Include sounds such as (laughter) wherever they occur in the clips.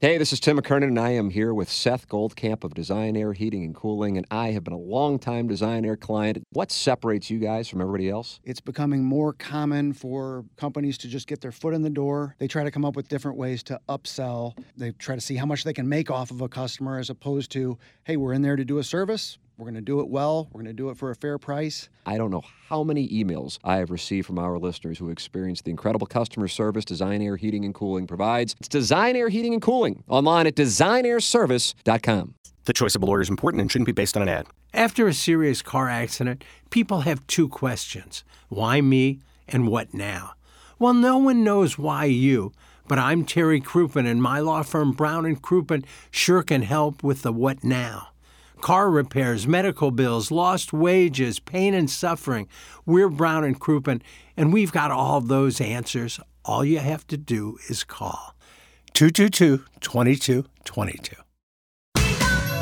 Hey, this is Tim McKernan, and I am here with Seth Goldcamp of Design Air Heating and Cooling, and I have been a longtime Design Air client. What separates you guys from everybody else? It's becoming more common for companies to just get their foot in the door. They try to come up with different ways to upsell. They try to see how much they can make off of a customer as opposed to, hey, we're in there to do a service. We're going to do it well. We're going to do it for a fair price. I don't know how many emails I have received from our listeners who experience the incredible customer service Design Air Heating and Cooling provides. It's Design Air Heating and Cooling online at designairservice.com. The choice of a lawyer is important and shouldn't be based on an ad. After a serious car accident, people have two questions why me and what now? Well, no one knows why you, but I'm Terry Crouppen, and my law firm Brown and Crouppen sure can help with the what now car repairs, medical bills, lost wages, pain and suffering. We're Brown and Crouppen, and we've got all those answers. All you have to do is call 222 2222.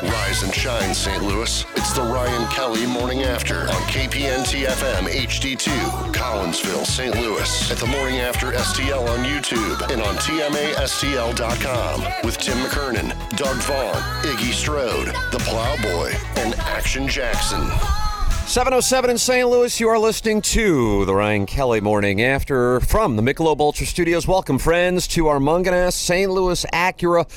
Rise and shine, St. Louis. It's the Ryan Kelly Morning After on KPNT FM HD2, Collinsville, St. Louis. At the Morning After STL on YouTube and on TMASTL.com with Tim McKernan, Doug Vaughn, Iggy Strode, The Plowboy, and Action Jackson. 707 in St. Louis, you are listening to the Ryan Kelly Morning After from the Michelob Ultra Studios. Welcome, friends, to our Munganess St. Louis Acura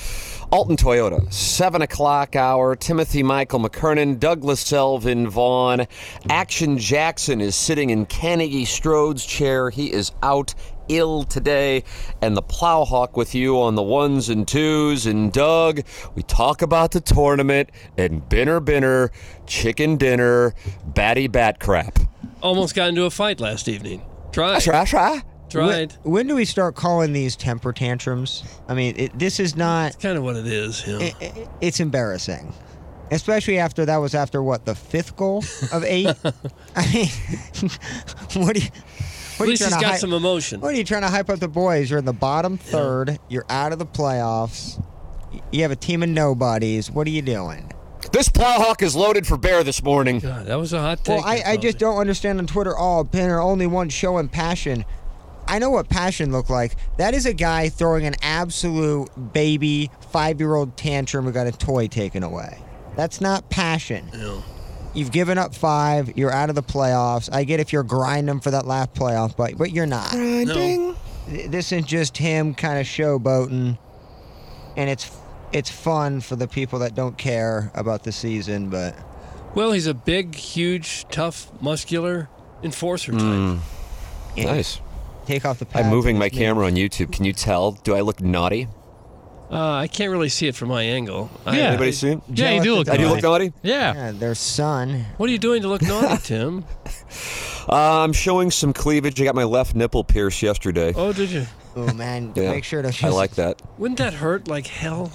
Alton Toyota, 7 o'clock hour. Timothy Michael McKernan, Douglas Selvin Vaughn. Action Jackson is sitting in Carnegie Strode's chair. He is out ill today and the plowhawk with you on the ones and twos and doug we talk about the tournament and binner binner chicken dinner batty bat crap Almost got into a fight last evening. Tried. try try Tried. When, when do we start calling these temper tantrums? I mean, it, this is not. It's kind of what it is. You know. i i it's embarrassing, especially after that was after what the fifth goal (laughs) of eight. I mean, (laughs) what do you? At What least are you trying he's to got hype- some emotion. What are you trying to hype up the boys? You're in the bottom third. You're out of the playoffs. y- You have a team of nobodies. What are you doing? this plowhawk is loaded for bear this morning God, that was a hot take. Well, I, there, I just Bonesy. don't understand on Twitter. Oh, Pinner, only one showing passion. I know what passion looked like. That is a guy throwing an absolute baby five year old tantrum who got a toy taken away. That's not passion. You've given up five. You're out of the playoffs. I get if you're grinding for that last playoff, but but you're not. No. Th- This is just him kind of showboating, and it's it's fun for the people that don't care about the season, but. Well, he's a big, huge, tough, muscular enforcer type. Hmm. nice Take off the pads. i'm moving and my just make- camera on youtube can you tell do i look naughty Uh, I can't really see it from my angle. I- Yeah. anybody see Yeah, you do look. i do look naughty Yeah. Yeah, their son. What are you doing to look naughty, Tim? (laughs) uh, i'm showing some cleavage i got my left nipple pierced yesterday Oh, did you? (laughs) Oh man, Yeah, make sure to. i like that Wouldn't that hurt like hell?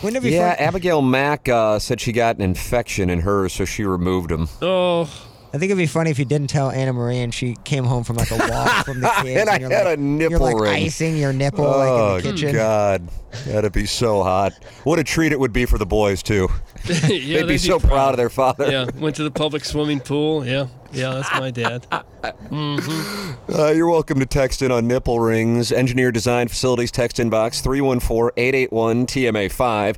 When did we Yeah, first- Abigail Mack uh, said she got an infection in hers, so she removed them. Oh, (laughs) I think it'd be funny if you didn't tell Anna Marie and she came home from like (laughs) a walk from the kids. And I you're had like, a nipple You're like ring. icing your nipple oh, like in the kitchen. God. That'd be so hot. What a treat it would be for the boys, too. yeah, They'd be so proud of their father. Yeah, went to the public swimming pool. Yeah, yeah, that's (laughs) my dad. Uh, you're welcome to text in on nipple rings. Engineer Design Facilities text inbox 314-881-TMA5.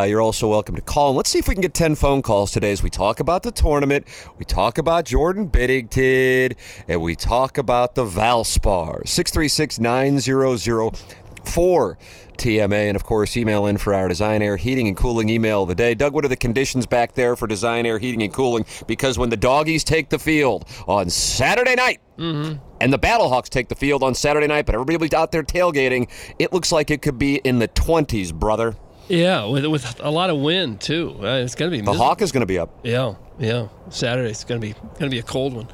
Uh, you're also welcome to call. And let's see if we can get 10 phone calls today as we talk about the tournament. We talk about Jordan Biddington. And we talk about the Valspar. 636-900-4. TMA and of course email in for our Design Air Heating and Cooling email of the day. Doug, what are the conditions back there for Design Air Heating and Cooling? Because when the doggies take the field on Saturday night, and the Battlehawks take the field on Saturday night, but everybody will be out there tailgating. It looks like it could be in the 20s, brother. Yeah, with, with a lot of wind too. Uh, it's gonna be The miserable. Hawk is going to be up. Yeah, yeah. Saturday it's gonna be gonna be a cold one,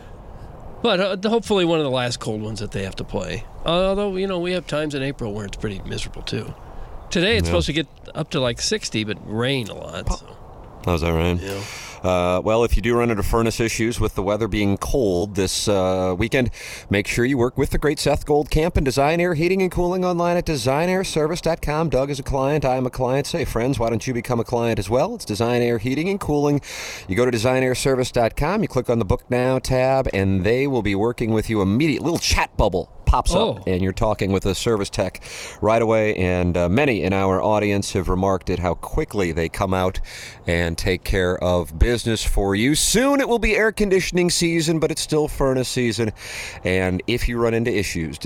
but uh, hopefully one of the last cold ones that they have to play. Although you know we have times in April where it's pretty miserable too. Today it's supposed to get up to like 60, but rain a lot. So. How's that, Ryan? Uh, well, if you do run into furnace issues with the weather being cold this uh, weekend, make sure you work with the great Seth Gold Camp and Design Air Heating and Cooling online at designairservice.com. Doug is a client. I am a client. Say, friends, why don't you become a client as well? It's Design Air Heating and Cooling. You go to designairservice.com, you click on the Book Now tab, and they will be working with you immediately. Little chat bubble pops Oh. up, and you're talking with a service tech right away. And uh, many in our audience have remarked at how quickly they come out and take care of business for you. Soon it will be air conditioning season, but it's still furnace season. And if you run into issues,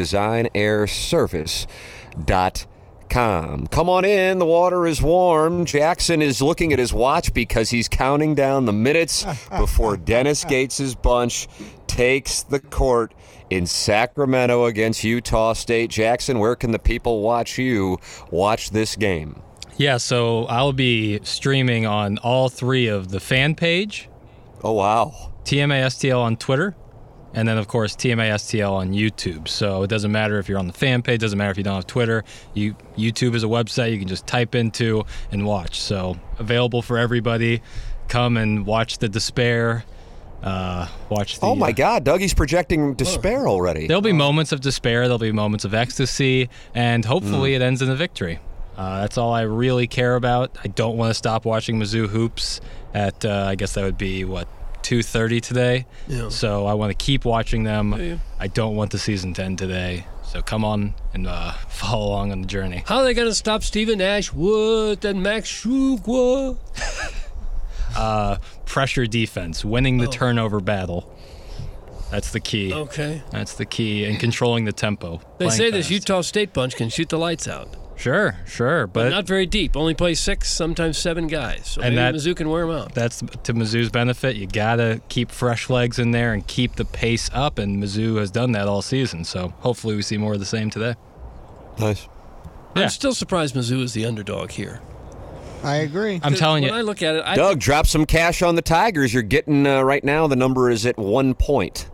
designairservice.com. Come on in. The water is warm. Jackson is looking at his watch because he's counting down the minutes before Dennis Gates' bunch takes the court in Sacramento against Utah State. Jackson, where can the people watch you watch this game? Yeah, so I'll be streaming on all three of the fan page, Oh, wow. TMASTL on Twitter, and then of course TMASTL on YouTube. So it doesn't matter if you're on the fan page, doesn't matter if you don't have Twitter. You YouTube is a website you can just type into and watch. So available for everybody. Come and watch the despair. Uh, watch the Oh, my uh, God. Dougie's projecting despair already. There'll be moments of despair, there'll be moments of ecstasy, and Mm. hopefully it ends in a victory. Uh, that's all I really care about. I don't want to stop watching Mizzou hoops at, uh, I guess that would be, what, 2.30 today? Yeah. So I want to keep watching them. yeah. I don't want the season to end today. So come on and uh, (laughs) follow along on the journey. How are they going to stop Stephen Ashwood and Max Shugwa? Pressure defense, winning Oh. the turnover battle. That's the key. Okay. That's the key, and controlling the tempo. They Playing say this fast. Utah State bunch can shoot the lights out. Sure, sure, but Not very deep. Only play six, sometimes seven guys. So And that- maybe Mizzou can wear them out. that's to Mizzou's benefit. You gotta keep fresh legs in there and keep the pace up, and Mizzou has done that all season. So hopefully we see more of the same today. nice. yeah. I'm still surprised Mizzou is the underdog here. I agree. I'm telling when I you, look at it, I Doug, drop some cash on the Tigers. You're getting, uh, right now, the number is at one point.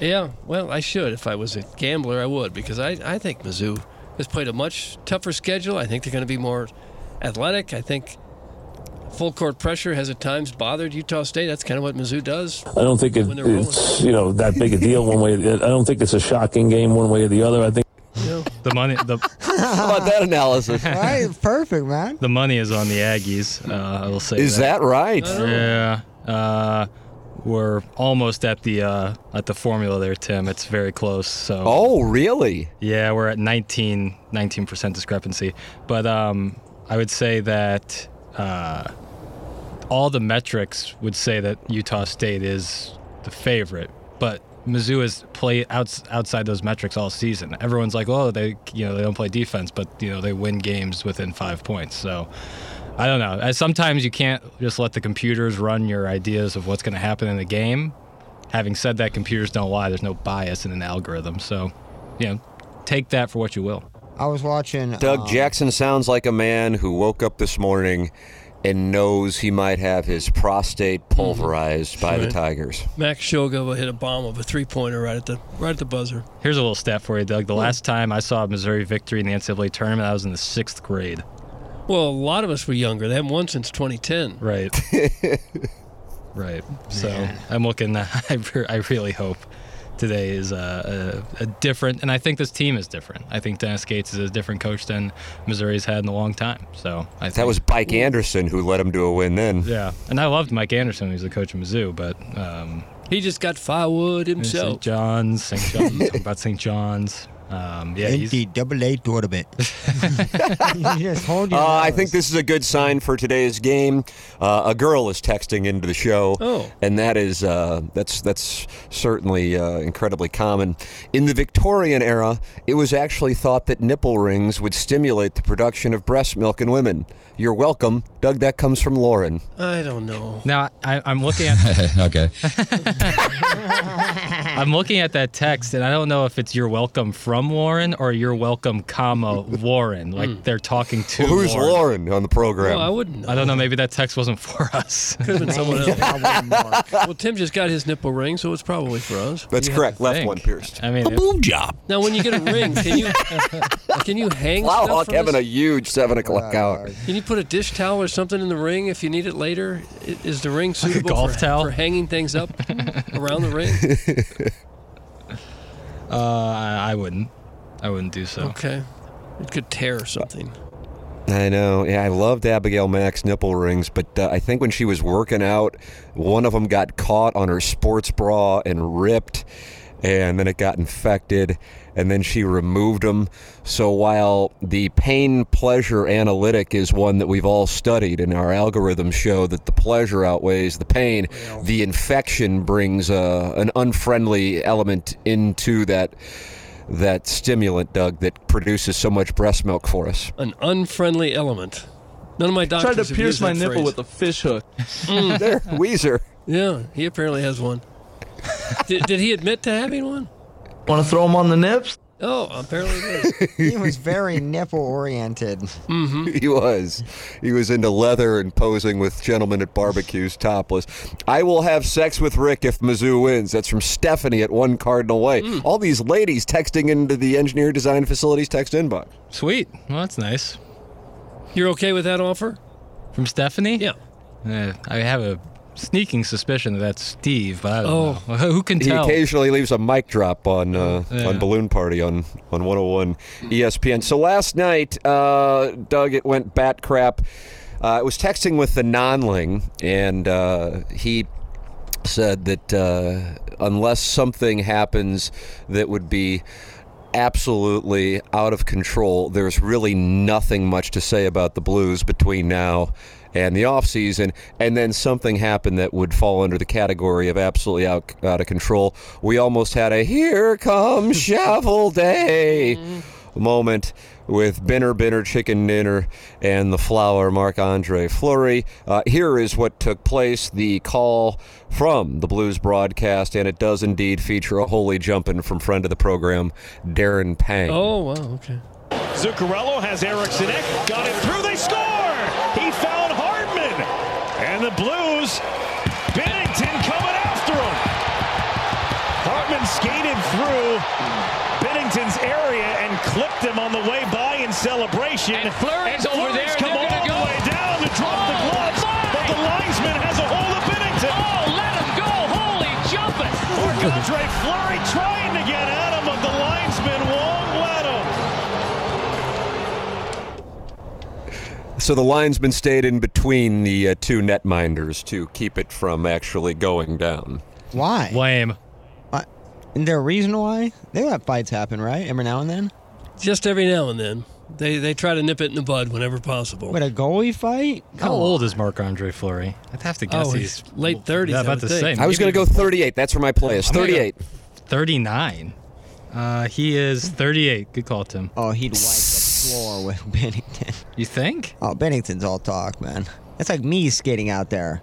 Yeah, well, I should. If I was a gambler, I would because I, I think Mizzou has played a much tougher schedule. I think they're going to be more athletic. I think full court pressure has at times bothered Utah State. That's kind of what Mizzou does. I don't think it, When they're rolling. it's you know that big a deal one way. I don't think it's a shocking game one way or the other. I think the money the How about that (laughs) analysis? All right, perfect, man. the money is on the Aggies. Uh, I will say Is that right? Yeah. Uh, we're almost at the uh, at the formula there, Tim. It's very close. So Oh, really? Yeah, we're at 19 percent discrepancy. But um, I would say that uh, all the metrics would say that Utah State is the favorite, but Mizzou has played outs- outside those metrics all season. Everyone's like, "Oh, they you know they don't play defense, but you know they win games within five points." So. I don't know. Uh, Sometimes you can't just let the computers run your ideas of what's going to happen in the game. Having said that, computers don't lie. There's no bias in an algorithm. So, you know, take that for what you will. I was watching. Doug um, Jackson sounds like a man who woke up this morning and knows he might have his Mm-hmm. prostate pulverized by the Tigers. Max Shogova hit a bomb of a three pointer right at the right at the buzzer. Here's a little stat for you, Doug. Hmm. The last time I saw a Missouri victory in the NCAA tournament, I was in the sixth grade. Well, a lot of us were younger. They haven't won since 2010. Right. right. So I'm looking. (laughs) I, re- I really hope today is a, a, a different, and I think this team is different. I think Dennis Gates is a different coach than Missouri's had in a long time. So I think That was Bike Anderson who led him to a win then. Yeah, and I loved Mike Anderson. He was the coach of Mizzou, but um, He just got firewood St. himself. John's, St. John's, talking about St. John's. Um, yeah, he's, NCAA tournament. (laughs) (laughs) you just hold Oh, your Uh, I nose. think this is a good sign for today's game. Uh, a girl is texting into the show, Oh. and that is uh, that's that's certainly uh, incredibly common. In the Victorian era, it was actually thought that nipple rings would stimulate the production of breast milk in women. You're welcome, Doug. That comes from Lauren. I don't know. now I, I'm looking at okay. I'm looking at that text, and I don't know if it's "You're welcome" from Warren or "You're welcome, comma Warren." Like they're talking to Who's Lauren, on the program? Well, I wouldn't. Know. I don't know. Maybe that text wasn't for us. (laughs) Could have (laughs) been someone (laughs) else. Probably more. Well, Tim just got his nipple ring, so it's probably for us. That's correct. Left Think. one pierced. I mean, it- Now, when you get a ring, can you (laughs) can you hang stuff Plowhawk from having this? a huge seven o'clock hour. Can you put a dish towel or something in the ring if you need it later? I- Is the ring suitable golf for, towel? for hanging (laughs) things up around the ring? uh, I wouldn't. I wouldn't do so. Okay. It could tear something. I know. Yeah, I loved Abigail Mack's nipple rings, but uh, I think when she was working out, one of them got caught on her sports bra and ripped. and then it got infected, and then she removed them. So while the pain pleasure analytic is one that we've all studied, and our algorithms show that the pleasure outweighs the pain, the infection brings uh, an unfriendly element into that that stimulant, Doug, that produces so much breast milk for us. An unfriendly element. None of my doctors Tried to have pierce used my that nipple phrase. with a fish hook. there, Weezer. Yeah, he apparently (laughs) has one. did, did he admit to having one? Want to throw him on the nips? Oh, apparently he did. He was very nipple oriented. (laughs) He was. He was into leather and posing with gentlemen at barbecues topless. I will have sex with Rick if Mizzou wins. That's from Stephanie at One Cardinal Way. All these ladies texting into the Engineer Design Facilities text inbox. Sweet. Well, that's nice. You're okay with that offer? From Stephanie? Yeah. Uh, I have a sneaking suspicion that that's Steve, but I don't Oh. know. Who can He tell? occasionally leaves a mic drop on uh, Yeah. on Balloon Party on on 101 ESPN. So last night, uh, Doug, it went bat crap. Uh, I was texting with the non-ling, and uh, he said that uh, unless something happens that would be absolutely out of control, there's really nothing much to say about the Blues between now and the offseason. And then something happened that would fall under the category of absolutely out, out of control. We almost had a here comes shovel day moment with Binner, Binner, Chicken Dinner, and the flower Marc Andre Fleury. Uh, here is what took place the call from the Blues broadcast, and it does indeed feature a holy jumping from friend of the program, Darren Pang. Oh, wow, okay. Zuccarello has Erickson got it through. They score! He found Hardman. And the Blues, Bennington coming after him. Hartman skated through Bennington's area and clipped him on the way by in celebration. And Fleury's And over there, Fleury's and come they're all gonna the go. way down to drop the Oh, gloves, but the linesman has a hold of Bennington. Oh, let him go. Holy jumping. Marc Andre Fleury trying to get at him, but the linesman won't let him. So the linesman stayed in between the uh, two netminders to keep it from actually going down. Why? Lame. Why? Isn't there a reason why? They let fights happen, right? Every now and then. Just every now and then. They, they try to nip it in the bud whenever possible. What a goalie fight? How old is Marc Andre Fleury? I'd have to guess Oh, he's he's late 30s, Yeah, I about would the think. same. I was going to go 38. That's where my play is. I'm gonna go 38. 39. Uh, he is 38. Good call, Tim. Oh, he'd wipe the floor with (laughs) Bennington. You think? Oh, Bennington's all talk, man. That's like me skating out there.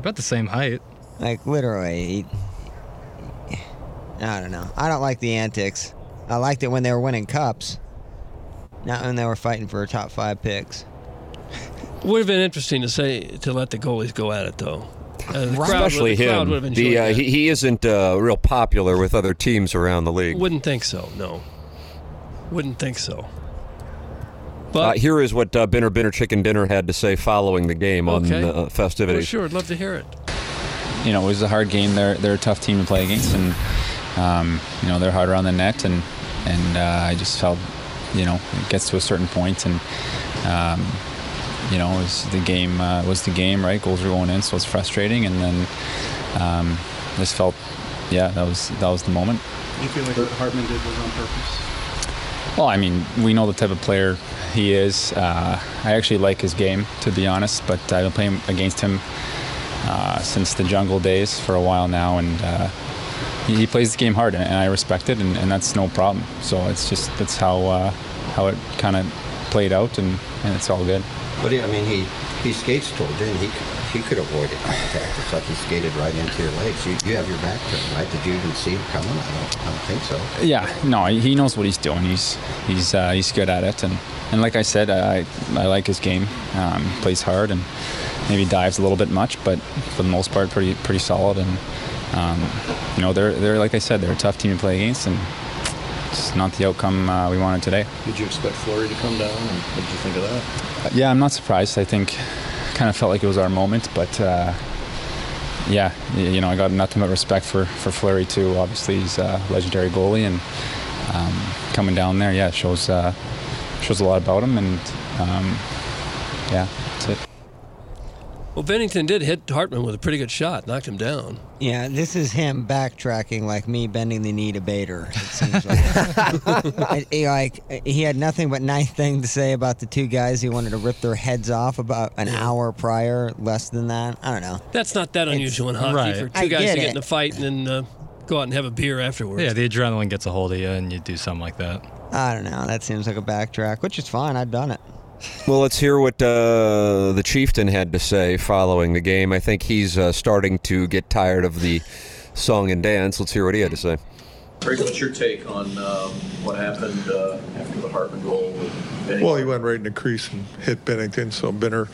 About the same height. Like literally. He, I don't know. I don't like the antics. I liked it when they were winning cups, not when they were fighting for top five picks. Would have been interesting to say to let the goalies go at it though. Uh, the crowd would- Especially the crowd him. would have enjoyed The, uh, that. he, he isn't uh, real popular with other teams around the league. Wouldn't think so. No. Wouldn't think so. Uh, But here is what uh, Binner Binner Chicken Dinner had to say following the game Okay. on uh, well, festivities. sure, I'd love to hear it. You know, it was a hard game. They're they're a tough team to play against, and um, you know they're hard around the net, and and uh, I just felt, you know, it gets to a certain point, and um, you know, it was the game uh, was the game, right? Goals were going in, so it's frustrating, and then um, just felt, yeah, that was that was the moment. You feel like what Hartman did was on purpose? Well, I mean, we know the type of player he is. Uh, I actually like his game, to be honest, but I've been playing against him uh, since the jungle days for a while now, and uh, he, he plays the game hard, and I respect it, and, and that's no problem. So it's just that's how uh, how it kind of played out, and, and it's all good. But I mean, he he skates tall, didn't he? He could avoid it contact. It's like he skated right into your legs. You, you have your back to him, right? Did you even see him coming? I don't, I don't think so. Yeah, no, he he knows what he's doing. He's he's uh, he's good at it, and, and like I said, I I like his game. Um, plays hard and maybe dives a little bit much, but for the most part, pretty pretty solid. And um, you know, they're they're like I said, they're a tough team to play against, and just not the outcome uh, we wanted today. Did you expect Flurry to come down? And what did you think of that? Yeah, I'm not surprised. I think kind of felt like it was our moment, but uh, yeah, y- you know, I got nothing but respect for for Fleury too. Obviously, he's a legendary goalie, and um, coming down there, yeah, it shows uh, shows a lot about him, and um, yeah, that's it. Well, Bennington did hit Hartman with a pretty good shot, knocked him down. Yeah, this is him backtracking like me bending the knee to Bader. It seems like. (laughs) And he, like he had nothing but nice things to say about the two guys he wanted to rip their heads off about an hour prior, less than that. I don't know. That's not that unusual in hockey Right. for two I guys get to get it. in a fight and then uh, go out and have a beer afterwards. Yeah, the adrenaline gets a hold of you and you do something like that. I don't know. That seems like a backtrack, which is fine. I've done it. Well, let's hear what uh, the chieftain had to say following the game. I think he's uh, starting to get tired of the song and dance. Let's hear what he had to say. Rick, what's your take on um, what happened uh, after the Hartman goal? with Benning? Well, he went right in the crease and hit Bennington, so Benner,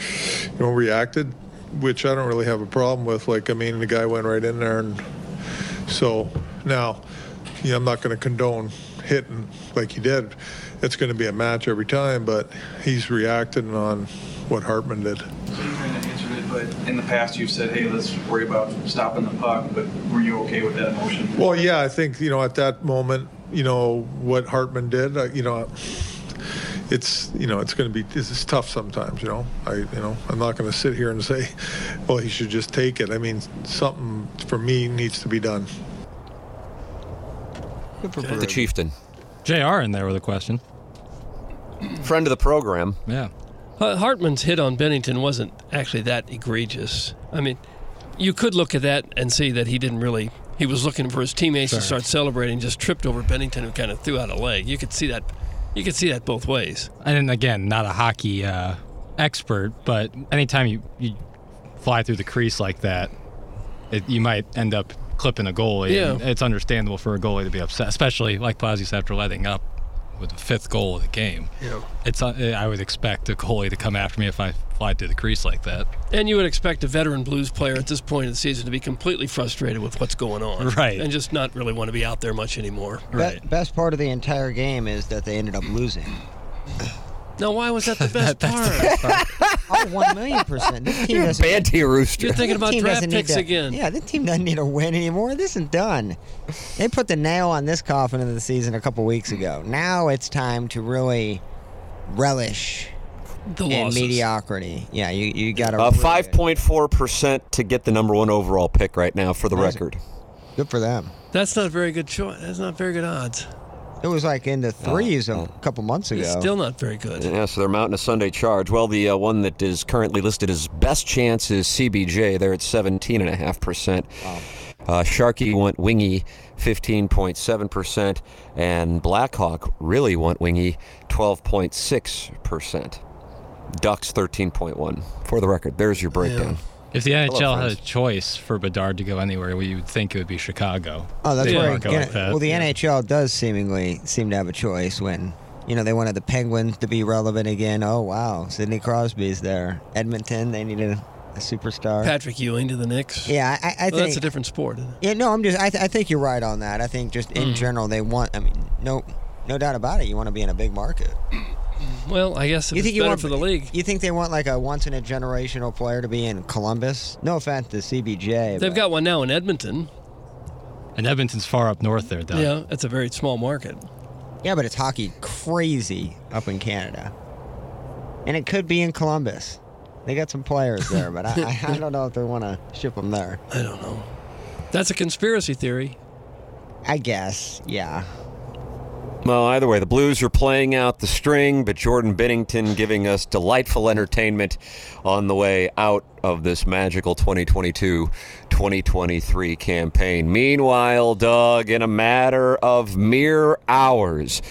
you know, reacted, which I don't really have a problem with. Like, I mean, the guy went right in there, and so now, you know, I'm not going to condone hitting like he did. It's going to be a match every time, but he's reacting on what Hartman did. So you kind of answered it, but in the past you've said, hey, let's worry about stopping the puck, but were you okay with that motion? Well, yeah, I think you know at that moment, you know what Hartman did. Uh, you know, it's you know it's going to be this is tough sometimes. You know, I you know I'm not going to sit here and say, well, he should just take it. I mean, something for me needs to be done. The chieftain, JR in there with a question. friend of the program. Yeah. Uh, Hartman's hit on Bennington wasn't actually that egregious. I mean, you could look at that and see that he didn't really. He was looking for his teammates Sure. to start celebrating, just tripped over Bennington and kind of threw out a leg. You could see that. You could see that both ways. And again, not a hockey uh, expert, but anytime you, you fly through the crease like that, it, you might end up clipping a goalie. and Yeah. it's understandable for a goalie to be upset, especially like Plazzi said, after letting up with the fifth goal of the game. Yeah. It's uh, I would expect a goalie to come after me if I fly through the crease like that. And you would expect a veteran blues player at this point in the season to be completely frustrated with what's going on. Right. And just not really want to be out there much anymore. Be- best part of the entire game is that they ended up losing. Now, why was (laughs) that the best part? oh, one million percent. This team You're doesn't- Banty (laughs) Rooster. You're thinking This about team draft doesn't need picks to- again. Yeah, this team doesn't need a win anymore. This is done. They put the nail on this coffin of the season a couple weeks ago. Now it's time to really relish the in losses. mediocrity. Yeah, you, you got to. Uh, 5.4% to get the number one overall pick right now, for the record. Good for them. That's not a very good choice. That's not very good odds. It was like in the threes a couple months ago. It's still not very good. Yeah, so they're mounting a Sunday charge. Well, the uh, one that is currently listed as best chance is CBJ. They're at 17.5%. Uh, Sharkey went wingy, 15.7%. And Blackhawk really went wingy, 12.6%. Ducks, 131 For the record, there's your breakdown. If the Hello, NHL had a choice for Bedard to go anywhere, we would think it would be Chicago. Oh, that's They where don't it go get- like that. Well, the NHL does seemingly seem to have a choice when you know they wanted the Penguins to be relevant again. Oh wow, Sidney Crosby's there. Edmonton, they needed a superstar. Patrick Ewing to the Knicks. Yeah, I- I- I Well, that's think- a different sport. isn't it? yeah, no, I'm just. I, th- I think you're right on that. I think just in Mm. general they want. I mean, no, no doubt about it. You want to be in a big market. Well, I guess if You it's think you better want- for the league. You think they want like a once in a generational player to be in Columbus? No offense to CBJ. They've got one now in Edmonton. And Edmonton's far up north there, Doug. Yeah, it's a very small market. Yeah, but it's hockey crazy up in Canada. And it could be in Columbus. They got some players there, but I, (laughs) I, I don't know if they want to ship them there. I don't know. That's a conspiracy theory. I guess, yeah. Well, either way, the Blues are playing out the string, but Jordan Bennington giving us delightful entertainment on the way out of this magical 2022 2023 campaign. Meanwhile, Doug, in a matter of mere hours,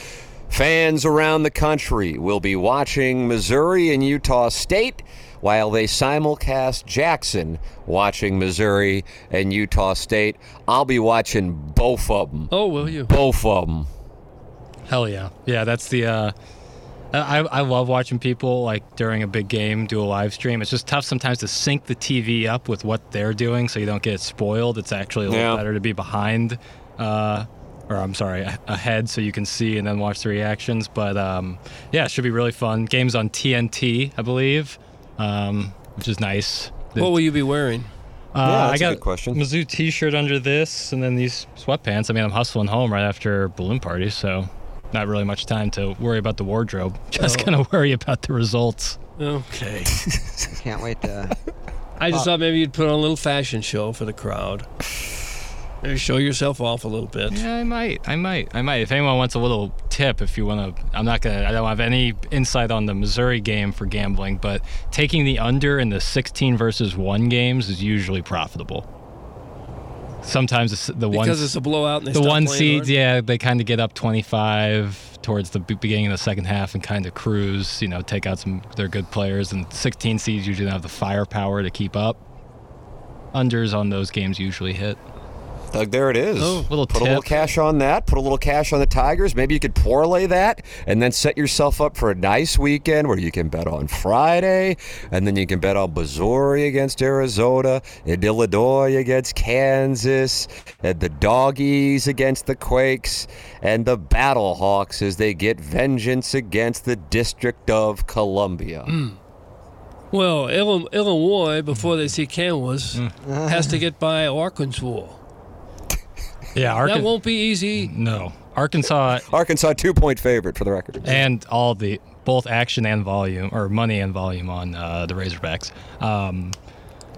fans around the country will be watching Missouri and Utah State while they simulcast Jackson watching Missouri and Utah State. I'll be watching both of them. Oh, will you? Both of them. Hell yeah. Yeah, that's the. Uh, I, I love watching people like during a big game do a live stream. It's just tough sometimes to sync the TV up with what they're doing so you don't get spoiled. It's actually a little Yeah. better to be behind, uh, or I'm sorry, a- ahead so you can see and then watch the reactions. But um, yeah, it should be really fun. Game's on TNT, I believe, um, which is nice. What will you be wearing? Uh, I got Mizzou T-shirt under this, and then these sweatpants. I mean, I'm hustling home right after balloon party, so not really much time to worry about the wardrobe. Just Oh. gonna worry about the results. Okay. I can't wait to I just thought maybe you'd put on a little fashion show for the crowd. Maybe show yourself off a little bit. Yeah, I might. I might. I might. If anyone wants a little tip, if you want to, I'm not gonna. I don't have any insight on the Missouri game for gambling, but taking the under in the 16 versus one games is usually profitable. Sometimes it's the one Because it's a blowout and they the stop one playing seeds, hard? yeah, they kind of get up 25 towards the be- beginning of the second half and kind of cruise. You know, take out some their good players, and 16 seeds usually don't have the firepower to keep up. Unders on those games usually hit. Doug, there it is. Oh, little put a little tip. cash on that. Put a little cash on the Tigers. Maybe you could parlay that and then set yourself up for a nice weekend where you can bet on Friday, and then you can bet on Missouri against Arizona, and Illinois against Kansas, and the Doggies against the Quakes, and the Battle Hawks as they get vengeance against the District of Columbia. Well, Illi- Illinois, before they see Kansas, Mm. has to get by Arkansas. (laughs) Yeah, That won't be easy. No, Arkansas. Arkansas two point favorite for the record. And all the both action and volume, or money and volume on uh, the Razorbacks. Um,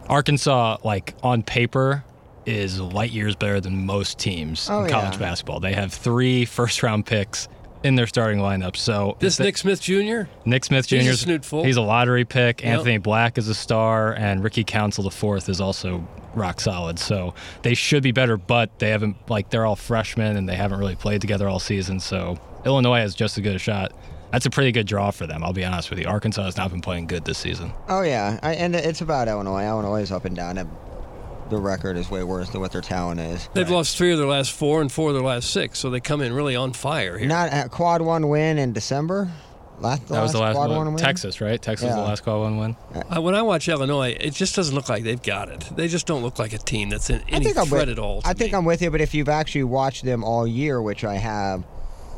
Arkansas, like on paper, is light years better than most teams Oh, in college yeah. basketball. They have three first round picks in their starting lineup. So This if they- Nick Smith Jr. Nick Smith Jr. He's a 's- snootful. He's a lottery pick. Yep. Anthony Black is a star, and Ricky Council the fourth is also rock solid. So they should be better, but they haven't like they're all freshmen and they haven't really played together all season. So Illinois has just as good a shot. That's a pretty good draw for them. I'll be honest with you. Arkansas has not been playing good this season. Oh yeah, I, and it's about Illinois. Illinois is up and down. and The record is way worse than what their talent is. They've lost three of their last four and four of their last six, so they come in really on fire here. Not a quad one win in December. Last, That was the last quad one. one win. Texas, right? Texas was the Yeah. last call one win. Uh, when I watch Illinois, it just doesn't look like they've got it. They just don't look like a team that's in any I'm threat at with, all. I think I'm with you, but if you've actually watched them all year, which I have,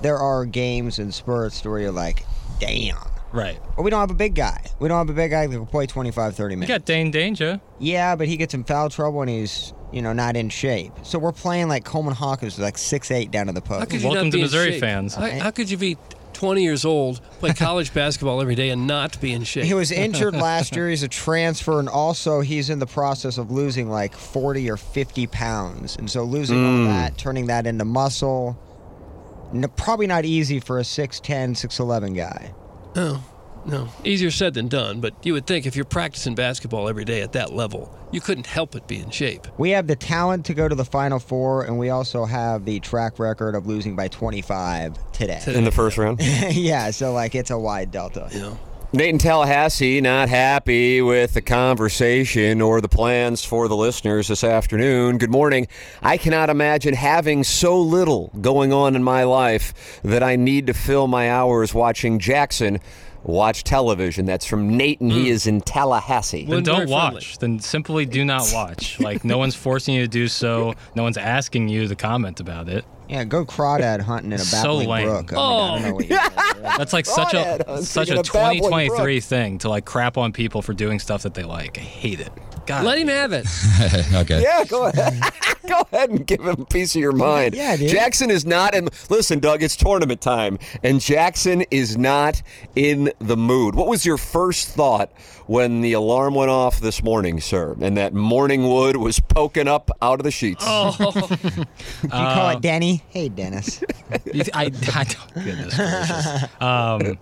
there are games and spurts where you're like, damn. Right. Well, we don't have a big guy. We don't have a big guy that can play 25, 30 We minutes. got Dane Danger. yeah, but he gets in foul trouble and he's, you know, not in shape. So we're playing like Coleman Hawkins, like six eight down to the post. How could you not be in shape? How, how could you be 20 years old, play college (laughs) basketball every day, and not be in shape? He was injured last year. He's a transfer, and also he's in the process of losing like 40 or 50 pounds. And so losing Mm. all that, turning that into muscle, n- probably not easy for a 6'10, 6'11 guy. No, no. Easier said than done, but you would think if you're practicing basketball every day at that level, you couldn't help but be in shape. We have the talent to go to the Final Four, and we also have the track record of losing by 25 today. In the first round. (laughs) yeah, so like it's a wide delta. Yeah. Nate in Tallahassee not happy with the conversation or the plans for the listeners this afternoon. Good morning. I cannot imagine having so little going on in my life that I need to fill my hours watching Jackson watch television. That's from Nate, and he Hmm. is in Tallahassee. Then don't watch. Then simply do not watch. like no one's forcing you to do so. No one's asking you to comment about it. Yeah, go crawdad hunting in a So babbling lame. brook. Oh I mean, I don't know what you- (laughs) That's like such Crawdad a hunting such in a a babbling 2023 thing to like crap on people for doing stuff that they like. I hate it. God. Let him have it. okay. Yeah, go ahead. go (laughs) ahead and give him a piece of your mind. Yeah, dude. Jackson is not in. Listen, Doug, it's tournament time, and Jackson is not in the mood. What was your first thought when the alarm went off this morning, sir, and that morning wood was poking up out of the sheets? Oh. you call Uh, it Denny? Hey, Dennis. (laughs) You th- I, I don't. Goodness gracious. Um,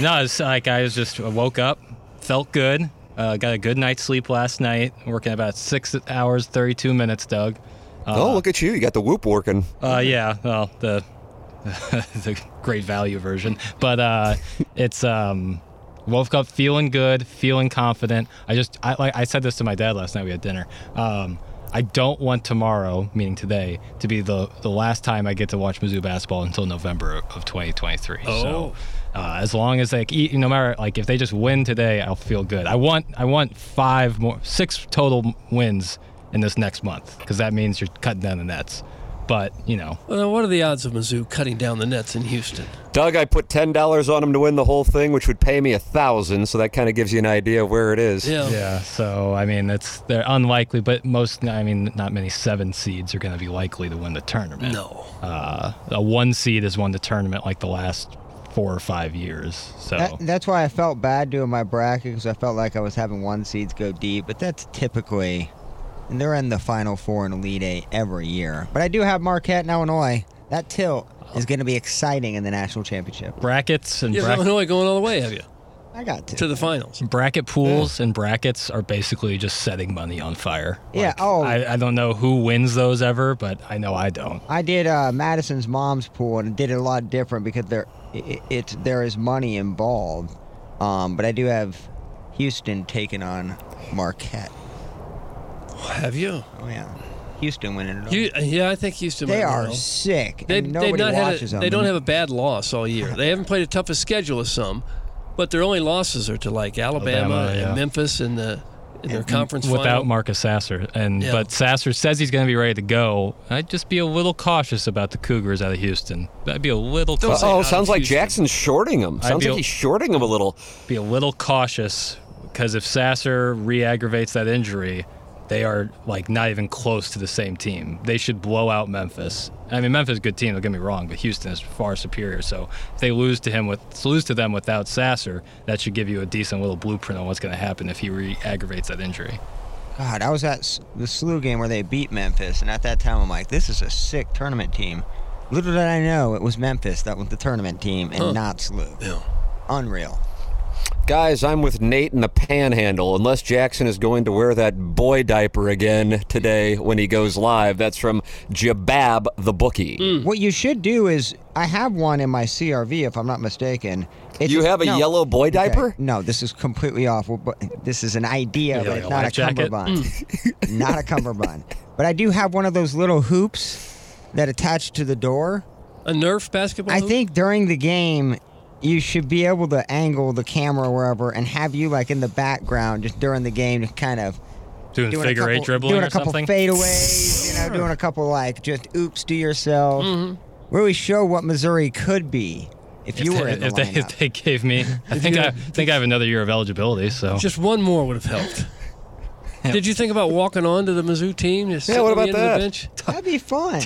no, it's like I was just I woke up, felt good, uh, got a good night's sleep last night. Working about six hours, 32 minutes, Doug. Uh, Uh-huh. oh, look at you. You got the whoop working. Uh, yeah, well, the (laughs) the great value version, but uh, it's um, woke up feeling good, feeling confident. I just I like I said this to my dad last night. We had dinner. Um, I don't want tomorrow, meaning today, to be the the last time I get to watch Mizzou basketball until November of 2023. So. Oh. Uh, as long as they, e- no matter like if they just win today, I'll feel good. I want I want five more, six total wins in this next month because that means you're cutting down the nets. But you know, Well, what are the odds of Mizzou cutting down the nets in Houston? Doug, I put ten dollars on him to win the whole thing, which would pay me a thousand. So that kind of gives you an idea of where it is. So I mean, it's they're unlikely, but most I mean, not many seven seeds are going to be likely to win the tournament. No. Uh, a one seed has won the tournament like the last four or five years. So That- that's why I felt bad doing my bracket because I felt like I was having one seeds go deep, but that's typically, and they're in the final four and elite eight every year. But I do have Marquette and Illinois. That tilt is going to be exciting in the national championship. brackets and You have brackets. Illinois going all the way, have you? I got to. To the finals. Bracket pools and brackets are basically just setting money on fire. Yeah, oh. I, I don't know who wins those ever, but I know I don't. I did uh, Madison's mom's pool and did it a lot different because there, it, it's there is money involved. Um, but I do have Houston taking on Marquette. Have you? Oh yeah, Houston winning it. all. You, yeah, I think Houston. They might are win all. sick, They, and they've nobody not had a- watches them. They don't have a bad loss all year. They haven't played a toughest schedule as some, but their only losses are to like Alabama, Alabama, and yeah. Memphis in the in their conference without final. Marcus Sasser. And Yeah. but Sasser says he's going to be ready to go. I'd just be a little cautious about the Cougars out of Houston. I'd be a little. cautious. Oh, sounds like Jackson's shorting him. I'd Sounds be a- like he's shorting him a little. Be a little cautious because if Sasser re-aggravates that injury, they are like not even close to the same team. They should blow out Memphis. I mean, Memphis is a good team. Don't get me wrong, but Houston is far superior. So if they lose to him with lose to them without Sasser, that should give you a decent little blueprint on what's going to happen if he re-aggravates that injury. God, I was at s- the SLU game where they beat Memphis, and at that time I'm like, this is a sick tournament team. Little did I know it was Memphis that was the tournament team and Huh. not SLU. Unreal. Guys, I'm with Nate in the panhandle. Unless Jackson is going to wear that boy diaper again today when he goes live. That's from Jabab the Bookie. Hmm. What you should do is, I have one in my CRV, if I'm not mistaken. You have a yellow boy Okay. diaper? No, this is completely off. We're bu- This is an idea, Yeah, but like it's a not a life jacket? cummerbund. Hmm. (laughs) not a cummerbund. But I do have one of those little hoops that attach to the door. A Nerf basketball. I think during the game, you should be able to angle the camera wherever and have you like in the background just during the game, just kind of Doing, a figure eight couple- dribbling doing or a couple something. fadeaways, you know, doing a couple like just oops to yourself. Really show what Missouri could be if you they, were in the if, they, (laughs) lineup. if they gave (laughs) me, I think I think I have another year of eligibility. So Just one more would have (laughs) helped. Did you think about walking on to the Mizzou team? Just Yeah, sitting what on the end about that? Of the bench? That'd (laughs) be fun.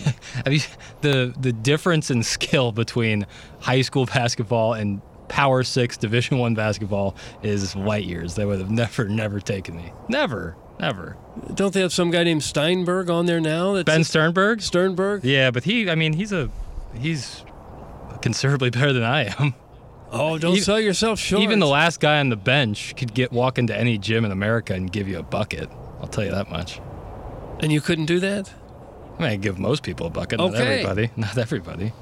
I mean, the the difference in skill between high school (laughs) basketball and Power Six Division One basketball is light years. They would have never, (laughs) never taken me. Never, never. Don't they have some guy named Steinberg on there now? That's Ben Sternberg. Sternberg. Yeah, but he. I mean, he's a he's considerably (laughs) better than I am. Oh, don't sell yourself short. Even the last guy on the bench could get walk into any gym in America and give you a bucket. I'll tell you that much. And you couldn't do that? I mean, I give most people a bucket, not Okay. everybody. Not everybody.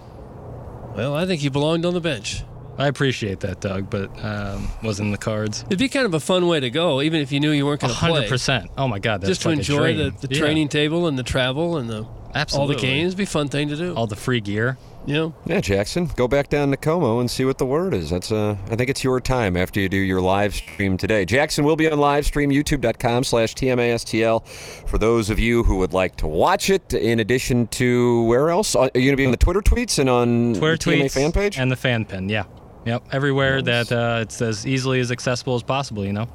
Well, I think you belonged on the bench. I appreciate that, Doug, but um, wasn't in the cards. It'd be kind of a fun way to go, even if you knew you weren't going to play. hundred percent. Oh my god, that's Just to like a enjoy dream. the, the Yeah. training table and the travel and the all Absolutely. the games. It'd be a fun thing to do. all the free gear. Yeah. Yeah, Jackson, go back down to Como and see what the word is. That's uh, I think it's your time after you do your live stream today. Jackson will be on live stream, youtube.com slash TMASTL, for those of you who would like to watch it. In addition to where else? Uh, Are you going to be on the Twitter tweets and on Twitter the TMA tweets fan page? and the fan pin. Yeah, yep. Everywhere that uh, it's as easily as accessible as possible. You know.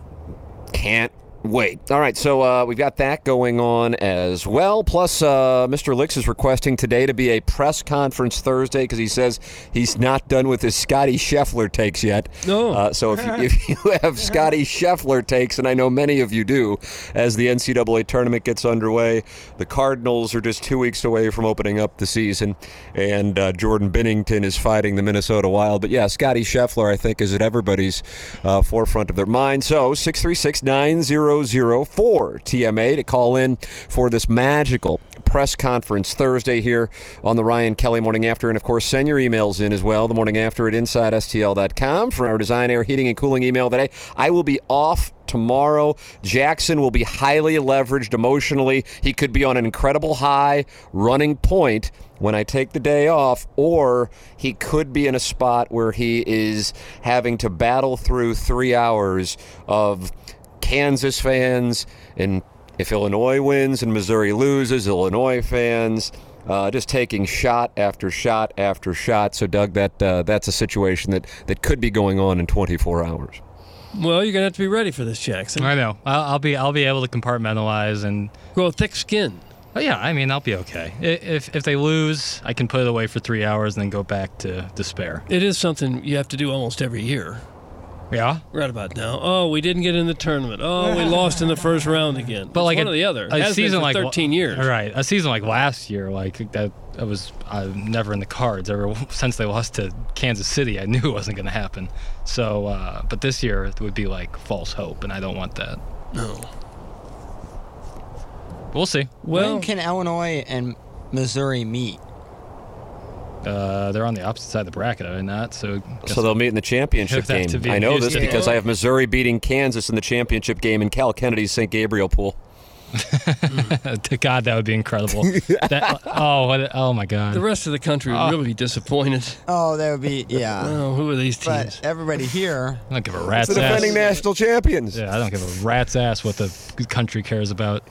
Can't wait. All right, so uh, we've got that going on as well. Plus, uh, Mr. Licks is requesting today to be a press conference Thursday because he says he's not done with his Scotty Scheffler takes yet. No. Uh, so if, if you (laughs) have Scotty Scheffler takes, and I know many of you do, as the NCAA tournament gets underway, the Cardinals are just two weeks away from opening up the season, and uh, Jordan Bennington is fighting the Minnesota Wild. But yeah, Scotty Scheffler, I think, is at everybody's uh, forefront of their mind. So 636 9004 TMA to call in for this magical press conference Thursday here on the Ryan Kelly Morning After. And of course, send your emails in as well. The morning after at InsideSTL.com for our design, air, heating, and cooling email today. I will be off tomorrow. Jackson will be highly leveraged emotionally. He could be on an incredible high running point when I take the day off, or he could be in a spot where he is having to battle through three hours of Kansas fans and if Illinois wins and Missouri loses, Illinois fans uh, just taking shot after shot after shot. So, Doug, that uh, that's a situation that, that could be going on in 24 hours. Well, you're going to have to be ready for this, Jackson. I know. I'll, I'll be I'll be able to compartmentalize and grow a thick skin. But yeah, I mean, I'll be okay. I- If, if they lose, I can put it away for three hours and then go back to despair. It is something you have to do almost every year. Yeah? Right about now. Oh, we didn't get in the tournament. (laughs) Oh, we lost in the first round again. But like it's one a- or the other. It a has been season for like 13 years. Right, a season like last year, like that, that was uh, never in the cards. Ever (laughs) since they lost to Kansas City, I knew it wasn't going to happen. So, uh, but this year it would be like false hope, and I don't want that. No. We'll see. when can Illinois and Missouri meet? Uh, they're on the opposite side of the bracket, are they not? So, So they'll meet in the championship Have (laughs) that to game. be I know this Houston. because I have Missouri beating Kansas in the championship game in Cal Kennedy's St. Gabriel pool. (laughs) to God, that would be incredible. uh, that, oh, what, oh my God. The rest of the country Ah. would Oh. really be disappointed. (laughs) Oh, that would be yeah. Oh, who are these teams? But everybody here. I don't give a rat's It's the ass. defending national champions. Yeah, I don't give a rat's ass what the country cares about.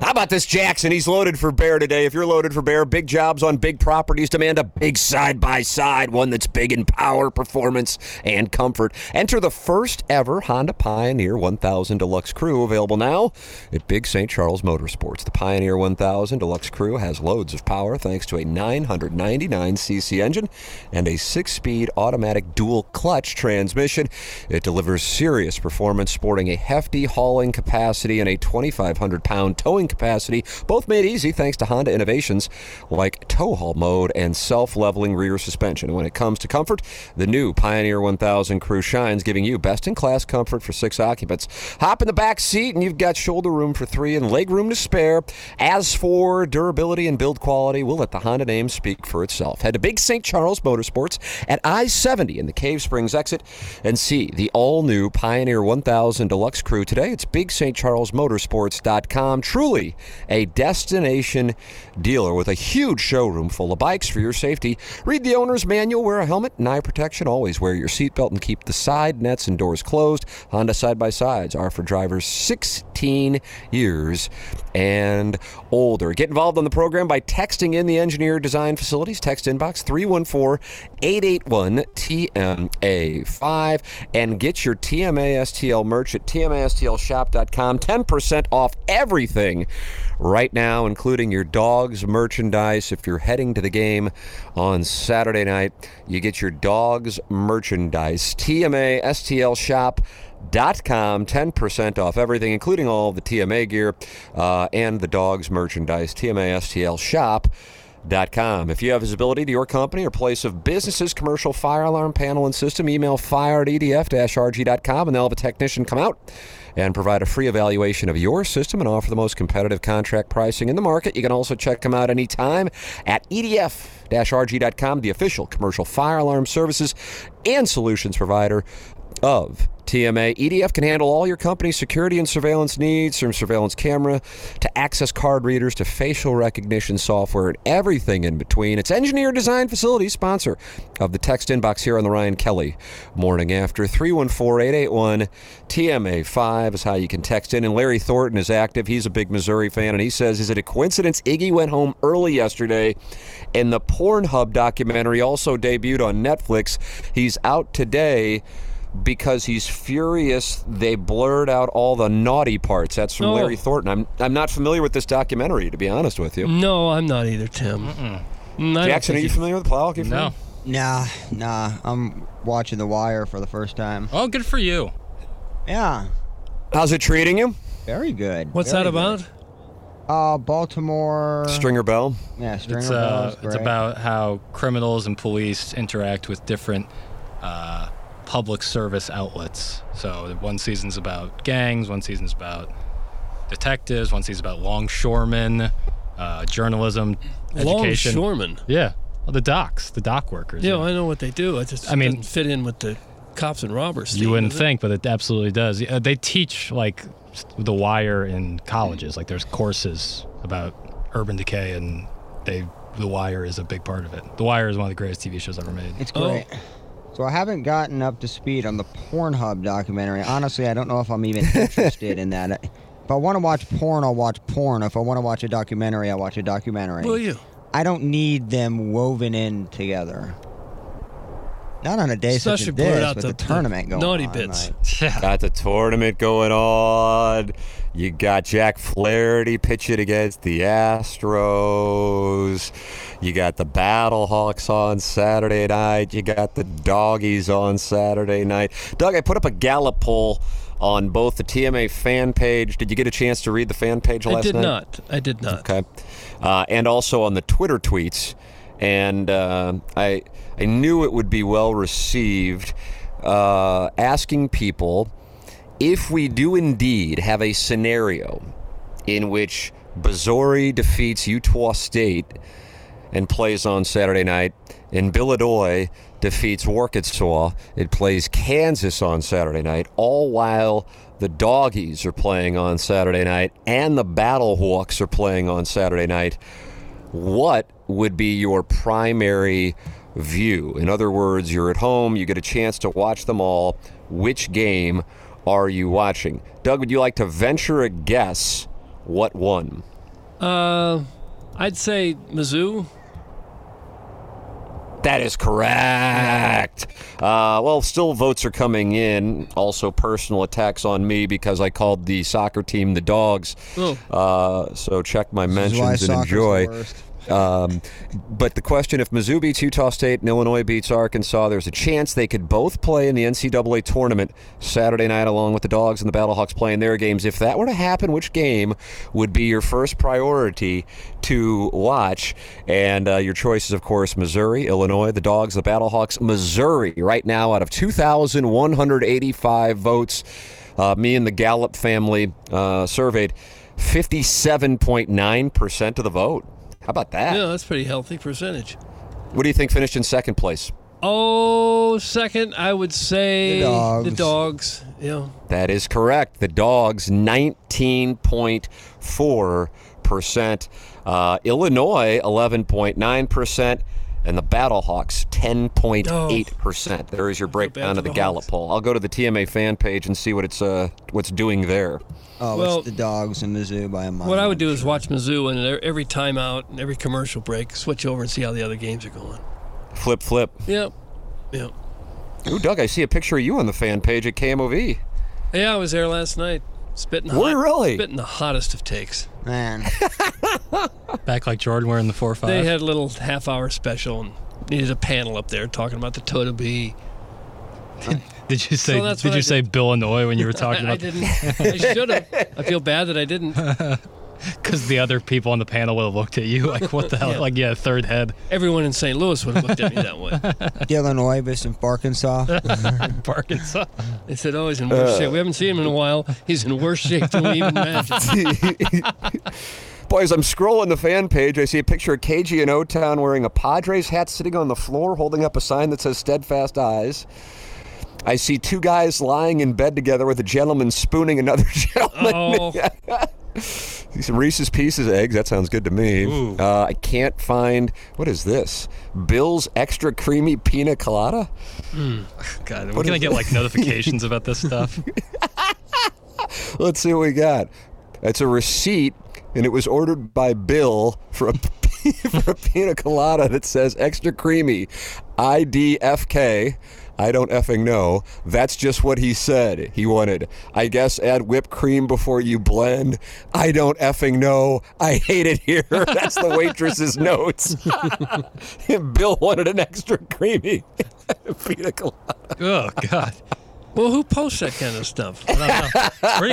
How about this Jackson? He's loaded for bear today. If you're loaded for bear, big jobs on big properties demand a big side by side, one that's big in power, performance, and comfort. Enter the first ever Honda Pioneer 1000 Deluxe Crew, available now at Big St. Charles Motorsports. The Pioneer 1000 Deluxe Crew has loads of power thanks to a 999cc engine and a six speed automatic dual clutch transmission. It delivers serious performance, sporting a hefty hauling capacity and a 2,500 pound towing capacity, both made easy thanks to Honda innovations like tow haul mode and self leveling rear suspension. When it comes to comfort, the new Pioneer 1000 Crew shines, giving you best in class comfort for six occupants. Hop in the back seat, and you've got shoulder room for three and leg room to spare. As for durability and build quality, we'll let the Honda name speak for itself. Head to Big St. Charles Motorsports at I 70 in the Cave Springs exit and see the all new Pioneer 1000 Deluxe Crew today. It's Big St. Charles Motorsports.com. Truly a destination dealer with a huge showroom full of bikes for your safety. Read the owner's manual, wear a helmet and eye protection. Always wear your seatbelt and keep the side nets and doors closed. Honda side by sides are for drivers 16 years and older. Get involved on the program by texting in the Engineer Design Facilities text inbox 314 881 TMA5 and get your TMA STL merch at TMASTLshop.com. 10% off everything right now, including your dog's merchandise. If you're heading to the game on Saturday night, you get your dog's merchandise. TMA STL Shop. Dot com 10% off everything including all the tma gear uh, and the dogs merchandise tmastl shop com. If you have visibility to your company or place of business's commercial fire alarm panel and system, email fire at E edf-rg.com and they'll have a technician come out and provide a free evaluation of your system and offer the most competitive contract pricing in the market. You can also check them out anytime at E edf-rg.com, the official commercial fire alarm services and solutions provider of TMA. EDF E can handle all your company's security and surveillance needs from surveillance camera to access card readers to facial recognition software and everything in between. It's Engineer Design Facility, sponsor of the text inbox here on the Ryan Kelly Morning After. 314 881 TMA5 is how you can text in. And Larry Thornton is active. He's a big Missouri fan, and he says, Is it a coincidence Iggy went home early yesterday and the Pornhub documentary also debuted on Netflix? He's out today because he's furious they blurred out all the naughty parts. That's from No. Larry Thornton. I'm I'm not familiar with this documentary, to be honest with you. No, I'm not either, Tim. Mm, I don't Jackson, are think you he- familiar with the Plowkey? No. Nah, nah. I'm watching The Wire for the first time. Oh, good for you. Yeah. How's it treating you? Very good. What's very that good. about? Uh, Baltimore. Stringer Bell. Yeah, Stringer it's, Bell's uh, it's great. about how criminals and police interact with different uh, public service outlets. So one season's about gangs, one season's about detectives, one season's about longshoremen, uh, journalism, education. Longshoremen? Yeah. Well, the docks, the dock workers. Yeah, I know what they do. It just I mean- doesn't fit in with the cops and robbers. You theme, wouldn't does it? think, but it absolutely does. Uh, They teach like s- the wire in colleges. Like there's courses about urban decay, and they the wire is a big part of it. The wire is one of the greatest TV shows ever made. It's great. So I haven't gotten up to speed on the Pornhub documentary. Honestly, I don't know if (laughs) I'm even interested in that. If I want to watch porn, I'll watch porn. If I want to watch a documentary, I'll watch a documentary. Will you? I don't need them woven in together. Not on a day such Especially as blurred this, out with the- the, tournament the going naughty on. bits. like- Got the tournament going on. You got Jack Flaherty pitching against the Astros. You got the Battlehawks on Saturday night. You got the Doggies on Saturday night. Doug, I put up a Gallup poll on both the TMA fan page. Did you get a chance to read the fan page I last did night? not. I did not. Okay. Uh, and also on the Twitter tweets. And uh, I, I knew it would be well received uh, asking people if we do indeed have a scenario in which Bazzori defeats Utah State and plays on Saturday night, and Billanois defeats Warkitsaw. It plays Kansas on Saturday night, all while the Doggies are playing on Saturday night and the Battlehawks are playing on Saturday night. What would be your primary view? In other words, you're at home, you get a chance to watch them all. Which game are you watching? Doug, would you like to venture a guess what won? Uh, I'd say Mizzou. That is correct. Uh, well, still votes are coming in. Also, personal attacks on me because I called the soccer team the dogs. Oh. Uh, so check my is why mentions and soccer's the enjoy. worst. Um, but the question: If Mizzou beats Utah State and Illinois beats Arkansas, there's a chance they could both play in the NCAA tournament Saturday night, along with the Dogs and the Battlehawks playing their games. If that were to happen, which game would be your first priority to watch? And uh, your choices, of course, Missouri, Illinois, the Dogs, the Battlehawks. Missouri, right now, out of 2,185 votes, uh, me and the Gallup family uh, surveyed. 57.9% of the vote. How about that? Yeah, that's pretty healthy percentage. What do you think finished in second place? Oh, second, I would say The dogs. The dogs. Yeah. That is correct. The Dogs, 19.4%. Uh, Illinois, 11.9%. And the Battlehawks, 10.8%. There is your breakdown for of the the Gallup poll. I'll go to the TMA fan page and see what it's uh, what's doing there. Oh, Well- it's the dogs in Mizzou by a mile. What I would do is watch Mizzou and e- every timeout and every commercial break, switch over and see how the other games are going. Flip, flip. Yep. Yep. Ooh, Doug, I see a picture of you on the fan page at KMOV. Yeah, I was there last night. Spitting Were hot. you really? Spitting the hottest of takes. Man. Back like Jordan wearing the four five. They had a little half hour special and needed a panel up there talking about the Tota Bee. (laughs) did you say? So that's did what you I say Bill Illinois when (laughs) you were talking I, I about? didn't. I should have. I feel bad that I didn't. Because the other people on the panel would have looked at you (laughs) like, "What the hell?" Yeah. Like, yeah, third (laughs) head. Everyone in St. Louis would have looked at me that way. Illinois versus (laughs) Arkansas. Uh-huh. Arkansas. They said, "Oh, he's in worse Uh. shape. We haven't seen him in a while. He's in worse shape than we even (laughs) imagined." Boys, I'm scrolling the fan page. I see a picture of KG in O Town wearing a Padres hat sitting on the floor holding up a sign that says Steadfast Eyes. I see two guys lying in bed together with a gentleman spooning another (laughs) gentleman. Oh. See Some Reese's Pieces eggs. That sounds good to me. Uh, I can't find. What is this? Bill's Extra Creamy Pina Colada? God, we're What gonna is- get like notifications about this (laughs) stuff. Let's see what we got. It's a receipt, and it was ordered by Bill for a, (laughs) for a pina colada that says extra creamy, IDFK. I don't effing know. That's just what he said he wanted. I guess add whipped cream before you blend. I don't effing know. I hate it here. (laughs) That's the waitress's notes. (laughs) Bill wanted an extra creamy (laughs) pina colada. Oh God. well, who posts that kind of stuff? Pretty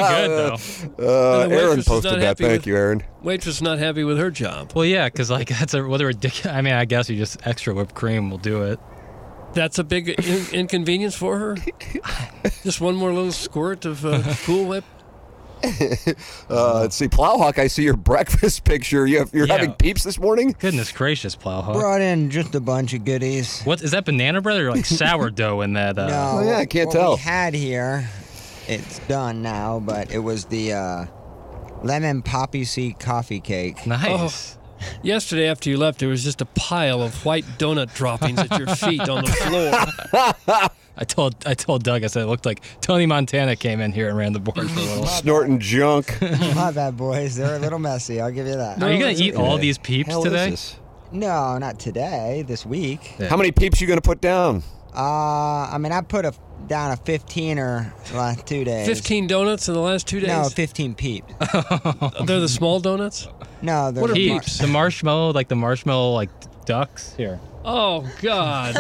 good though. Uh, And the Aaron waitress is not posted that. happy Thank with- you, Aaron. (laughs) Waitress not happy with her job. Well, yeah, because like (laughs) that's a what a ridiculous. I mean, I guess you just extra whipped cream will do it. That's a big in- inconvenience for her. Just one more little squirt of uh, Cool Whip. Uh, let's see, Plowhawk. I see your (laughs) breakfast picture. You have, you're Yeah. having peeps this morning. Goodness gracious, Plowhawk. Brought in just a bunch of goodies. What is that banana bread or like sourdough in that? Uh, No, Oh, yeah, I what- can't what tell. We had here, it's done now, but it was the uh, lemon poppy seed coffee cake. Nice. (laughs) Yesterday, after you left, there was just a pile of white donut droppings at your feet on the floor. I told I told Doug I said it looked like Tony Montana came in here and ran the board for a little. Snorting (laughs) junk. My bad, boys. They're a little messy. I'll give you that. Are you gonna eat all Okay. these peeps Hell is today? this? No, not today. This week. How many peeps you gonna put down? Uh, I mean, I put a down a 15er the last two days. 15 donuts in the last two days? No, 15 peep. (laughs) Oh, They're the small donuts? No, they're What are the peeps? mar- the marshmallow, like the marshmallow, like ducks here. Oh, God.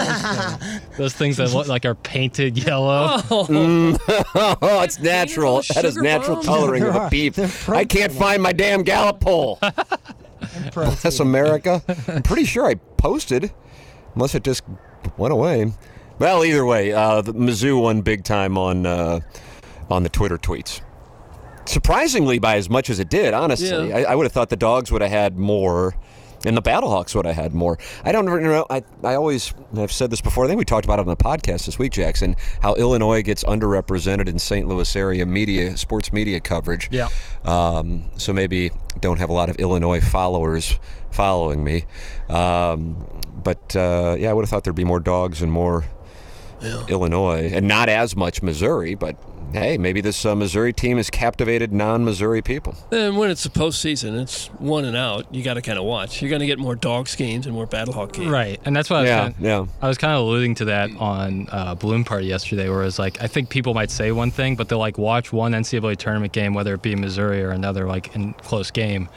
(laughs) Those things that look like are painted yellow. Oh. oh, it's natural. That is sugar natural bombs? coloring of There a are. peep. I can't find my damn Gallup poll. (laughs) Bless (laughs) America. I'm pretty sure I posted, unless it just went away. Well, either way, uh, the Mizzou won big time on uh, on the Twitter tweets. Surprisingly, by as much as it did, honestly, Yeah. I, I would have thought the dogs would have had more, and the Battlehawks would have had more. I don't really know. I, I always have said this before. I think we talked about it on the podcast this week, Jackson. How Illinois gets underrepresented in St. Louis area media, sports media coverage. Yeah. Um, so maybe don't have a lot of Illinois followers following me. Um, but uh, yeah, I would have thought there'd be more dogs and more Illinois, and not as much Missouri. But hey, maybe this uh, Missouri team has captivated non-Missouri people. And when it's the postseason, it's one and out. You got to kind of watch. You're going to get more dogs games and more Battlehawk games. Right, and that's why I was Yeah, kind of, I was kind of alluding to that on uh, Balloon Party yesterday, where it's like I think people might say one thing, but they'll like watch one NCAA tournament game, whether it be Missouri or another like in close game,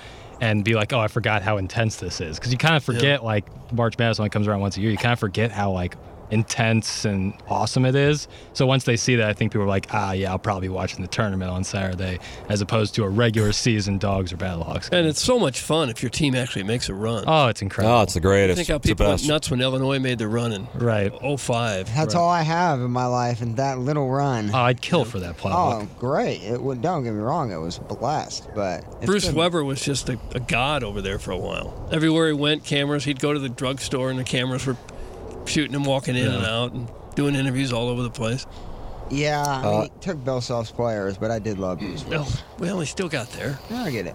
and be like, "Oh, I forgot how intense this is," because you kind of forget like March Madness only comes around once a year. You kind of forget how like intense and awesome it is. So once they see that, I think people are like, "Ah, yeah, I'll probably be watching the tournament on Saturday," as opposed to a regular season dogs or Battlehawks. And it's so much fun if your team actually makes a run. Oh, it's incredible. Oh, it's the greatest. Think how It's the people went best. nuts when Illinois made the run in right. 05. That's all I have in my life, and that little run. Oh, I'd kill for that plot. Oh, great! It would, don't get me wrong; it was a blast, but it's Bruce been- Weber was just a, a god over there for a while. Everywhere he went, cameras. He'd go to the drugstore, and the cameras were shooting him walking in and out and doing interviews all over the place. Yeah, I mean, Uh, it took Belsoff's players, but I (laughs) did love Bruce. Weber. No, Oh. well, he still got there. No, I get it.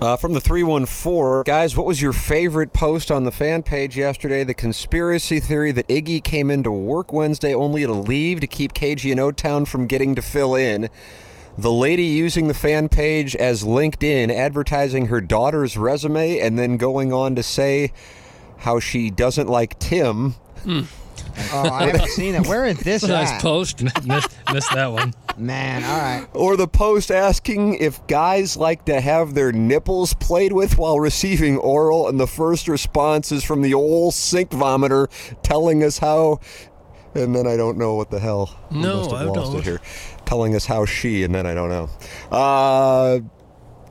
Uh, from the 314, guys, what was your favorite post on the fan page yesterday? The conspiracy theory that Iggy came into work Wednesday only to leave to keep KG and O Town from getting to fill in. The lady using the fan page as LinkedIn, advertising her daughter's resume, and then going on to say how she doesn't like Tim. Oh, (laughs) I haven't seen it. Where is (laughs) this at? post. (laughs) missed, missed that one. Man, all right. Or the post asking if guys like to have their nipples played with while receiving oral, and the first response is from the old sink vomiter telling us how, and then I don't know what the hell. We No, must have I lost don't. it here. Telling us how she, and then I don't know. Uh,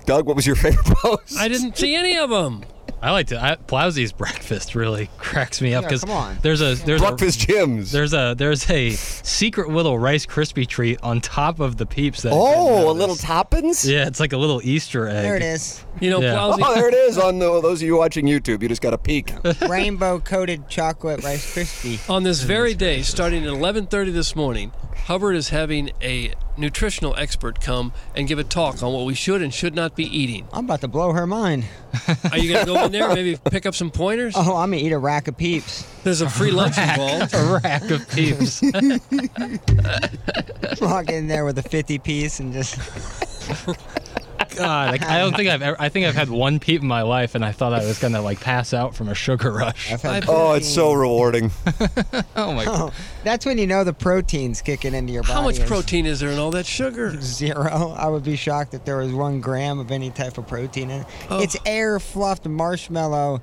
Doug, what was your (laughs) favorite post? I didn't see any of them. I like to. I, Plowsy's breakfast really (laughs) cracks me up Yeah, because come on. there's a there's breakfast gyms. There's a there's a secret little Rice crispy treat on top of the peeps that. I didn't Oh, a notice. little toppins. Yeah, it's like a little Easter egg. There (laughs) it is. You know, Plowsy- Oh, there it is. On the, those of you watching YouTube, you just got a peek. Rainbow coated chocolate Rice crispy. Uh, On this very day, starting at 11:30 this morning, Hubbard is having a nutritional expert come and give a talk on what we should and should not be eating. I'm about to blow her mind. Are you going to go in there? Maybe pick up some pointers. Oh, I'm gonna eat a rack of peeps. There's a free lunch involved. (laughs) A rack of (laughs) peeps. Walk in there with a 50 piece (laughs) and just. God, like, I don't think I've ever. I think I've had one peep in my life, and I thought I was gonna like pass out from a sugar rush. Oh, it's so rewarding. oh my god. Oh, that's when you know the protein's kicking into your body. How much is protein is there in all that sugar? Zero. I would be shocked if there was one gram of any type of protein in it. Oh. It's air fluffed marshmallow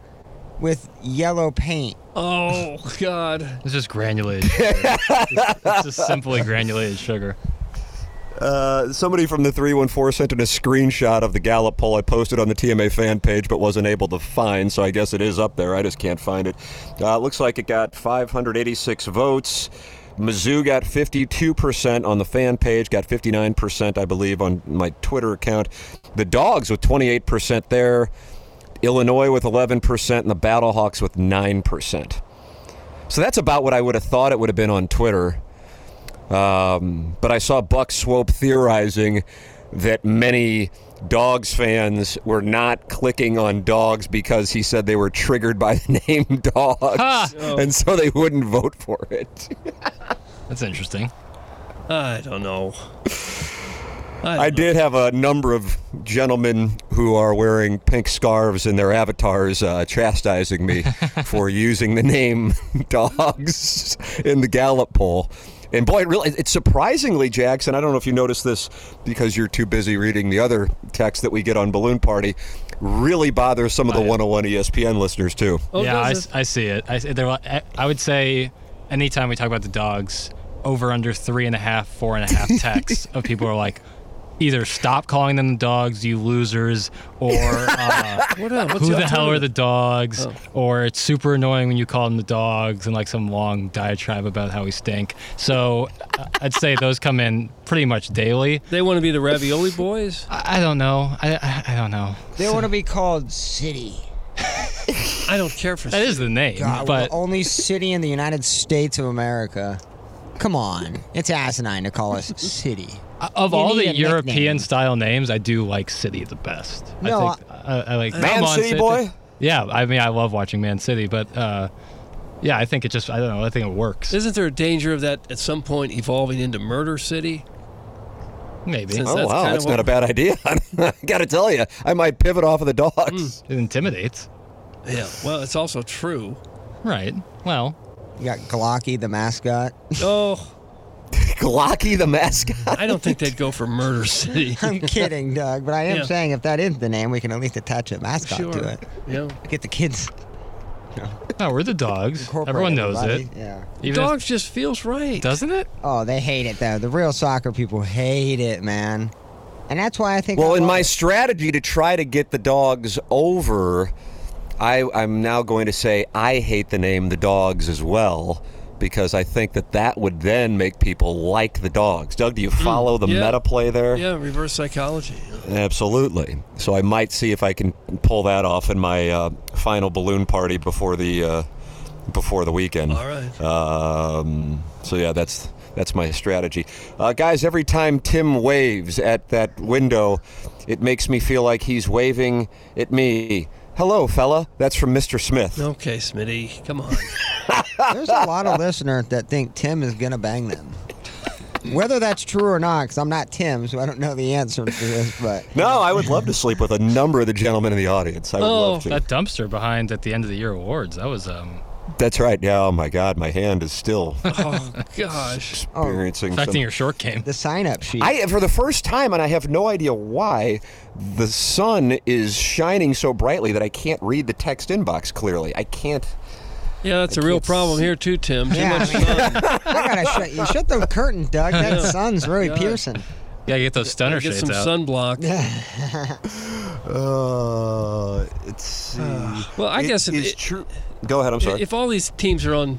with yellow paint. Oh God. It's just granulated. Sugar. it's just simply granulated sugar. Uh, somebody from the 314 sent in a screenshot of the Gallup poll I posted on the TMA fan page but wasn't able to find, so I guess it is up there. I just can't find it. Uh, it looks like it got 586 votes. Mizzou got 52% on the fan page, got 59%, I believe, on my Twitter account. The Dogs with 28% there, Illinois with 11%, and the Battlehawks with 9%. So that's about what I would have thought it would have been on Twitter. Um, but I saw Buck Swope theorizing that many Dogs fans were not clicking on dogs because he said they were triggered by the (laughs) name dogs, and so they wouldn't vote for it. That's interesting. I don't know. I, did have a number of gentlemen who are wearing pink scarves in their avatars uh, chastising me for using the name (laughs) dogs in the Gallup poll. And boy, it really, it's surprisingly, Jackson, I don't know if you noticed this because you're too busy reading the other text that we get on Balloon Party, really bothers some of the 101 ESPN listeners, too. Oh, yeah, I, s- I see it. I, s- there, are- I- I would say anytime we talk about the dogs, over under three and a half, four and a (laughs) half texts of people are like, either stop calling them the dogs, you losers, or uh, What, uh, (laughs) what's who the the hell are alternative? the dogs, Oh. or it's super annoying when you call them the dogs, and like some long diatribe about how we stink. So uh, I'd say those come in pretty much daily. They want to be the ravioli boys? I, I don't know. I, I, I don't know. They want to be called City. I don't care for That is the name, God, we're but the only city in the United States of America. Come on, it's asinine to (laughs) call us City. Uh, Of You all need the a nickname. European style names, I do like City the best. No, I, think, I, I like Man come on, City boy? Yeah, I mean, I love watching Man City, but uh, yeah, I think it just, I don't know, I think it works. Isn't there a danger of that at some point evolving into Murder City? Maybe. Since oh, that's wow. kind of That's what- not a bad idea. (laughs) I got to tell you, I might pivot off of the dogs. It intimidates. Yeah, well, it's also true. Right. Well, you got Glocky the mascot. Oh, (laughs) Glocky the mascot. I don't think they'd go for Murder City. I'm kidding, Doug, but I am Yeah. saying if that is the name, we can at least attach a mascot Sure. to it. (laughs) Yeah. Get the kids. No, we're the dogs. Incorporate Everyone knows everybody, it. yeah. Even if- Dogs just feels right. doesn't it? Oh, they hate it though. The real soccer people hate it, man. And that's why I think. Well, I in love my it. strategy to try to get the dogs over, I, I'm now going to say I hate the name the dogs as well because I think that that would then make people like the dogs. Doug, do you follow the Mm. yeah. meta play there? Yeah, reverse psychology. Absolutely. So I might see if I can pull that off in my uh, final balloon party before the uh, before the weekend. All right. Um, so yeah, that's that's my strategy, uh, guys. Every time Tim waves at that window, it makes me feel like he's waving at me. Hello, fella. That's from Mr. Smith. Okay, Smitty, come (laughs) on. There's a lot of listeners that think Tim is gonna bang them. Whether that's true or not, because I'm not Tim, so I don't know the answer to this, but No, I would love to sleep with a number of the gentlemen in the audience. I would Oh. love to. Oh, that dumpster behind at the end of the year awards. That was um, (laughs) That's right. Yeah. Oh my God, my hand is still Oh, gosh. experiencing some affecting your short game. the sign up sheet. I for the first time, and I have no idea why, the sun is shining so brightly that I can't read the text inbox clearly. I can't. Yeah, that's a real can't problem see- here too, Tim. Too Yeah, much I mean- sun. (laughs) I gotta shut you shut the curtain, Doug. That Yeah. sun's really God. piercing. Yeah, get those stunner Get shades some out. sunblock. Uh, it's. Well, I guess if, it's Uh, it- true. Go ahead. I'm sorry. if all these teams are on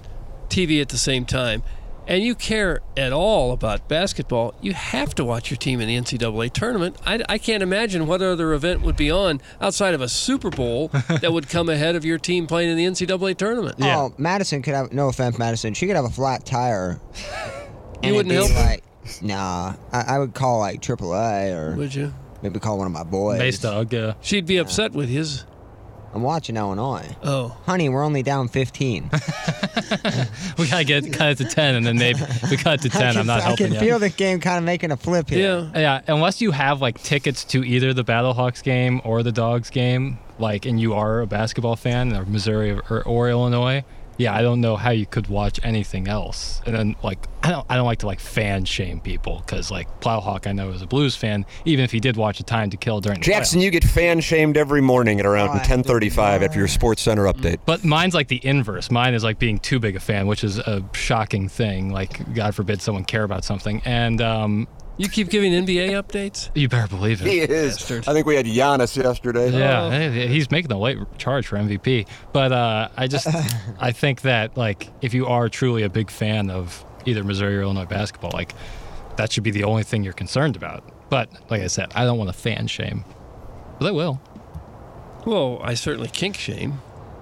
TV at the same time, and you care at all about basketball, you have to watch your team in the NCAA tournament. I, I can't imagine what other event would be on outside of a Super (laughs) Bowl that would come ahead of your team playing in the NCAA tournament. Oh, Madison could have no offense, Madison. She could have a flat tire. and You it'd wouldn't be help her? Like, nah, I, I would call like AAA or Would you? maybe call one of my boys. Base dog. Yeah. She'd be upset with his. I'm watching Illinois. Oh, Honey, we're only down 15. (laughs) We gotta get cut it to ten, and then they we cut it to ten. I'm not (laughs) I helping can you. feel this game kind of making a flip here. yeah. Yeah, unless you have like tickets to either the Battlehawks game or the Dogs game, like, and you are a basketball fan or Missouri or, or Illinois. Yeah, I don't know how you could watch anything else. And then like, I don't, I don't like to like fan shame people because like Plowhawk, I know is a Blues fan, even if he did watch a Time to Kill during the Jackson, you get fan shamed every morning at around 10:35 after your Sports Center update. But mine's like the inverse. Mine is like being too big a fan, which is a shocking thing. Like, God forbid someone care about something. And um, You keep giving NBA updates? you better believe it. (laughs) He is. Bastard. I think we had Giannis yesterday. Yeah, hey, he's making the late charge for MVP. But uh, I just, I think that like if you are truly a big fan of either Missouri or Illinois basketball, like that should be the only thing you're concerned about. But like I said, I don't want to fan shame, but I will. Well, I certainly kink shame.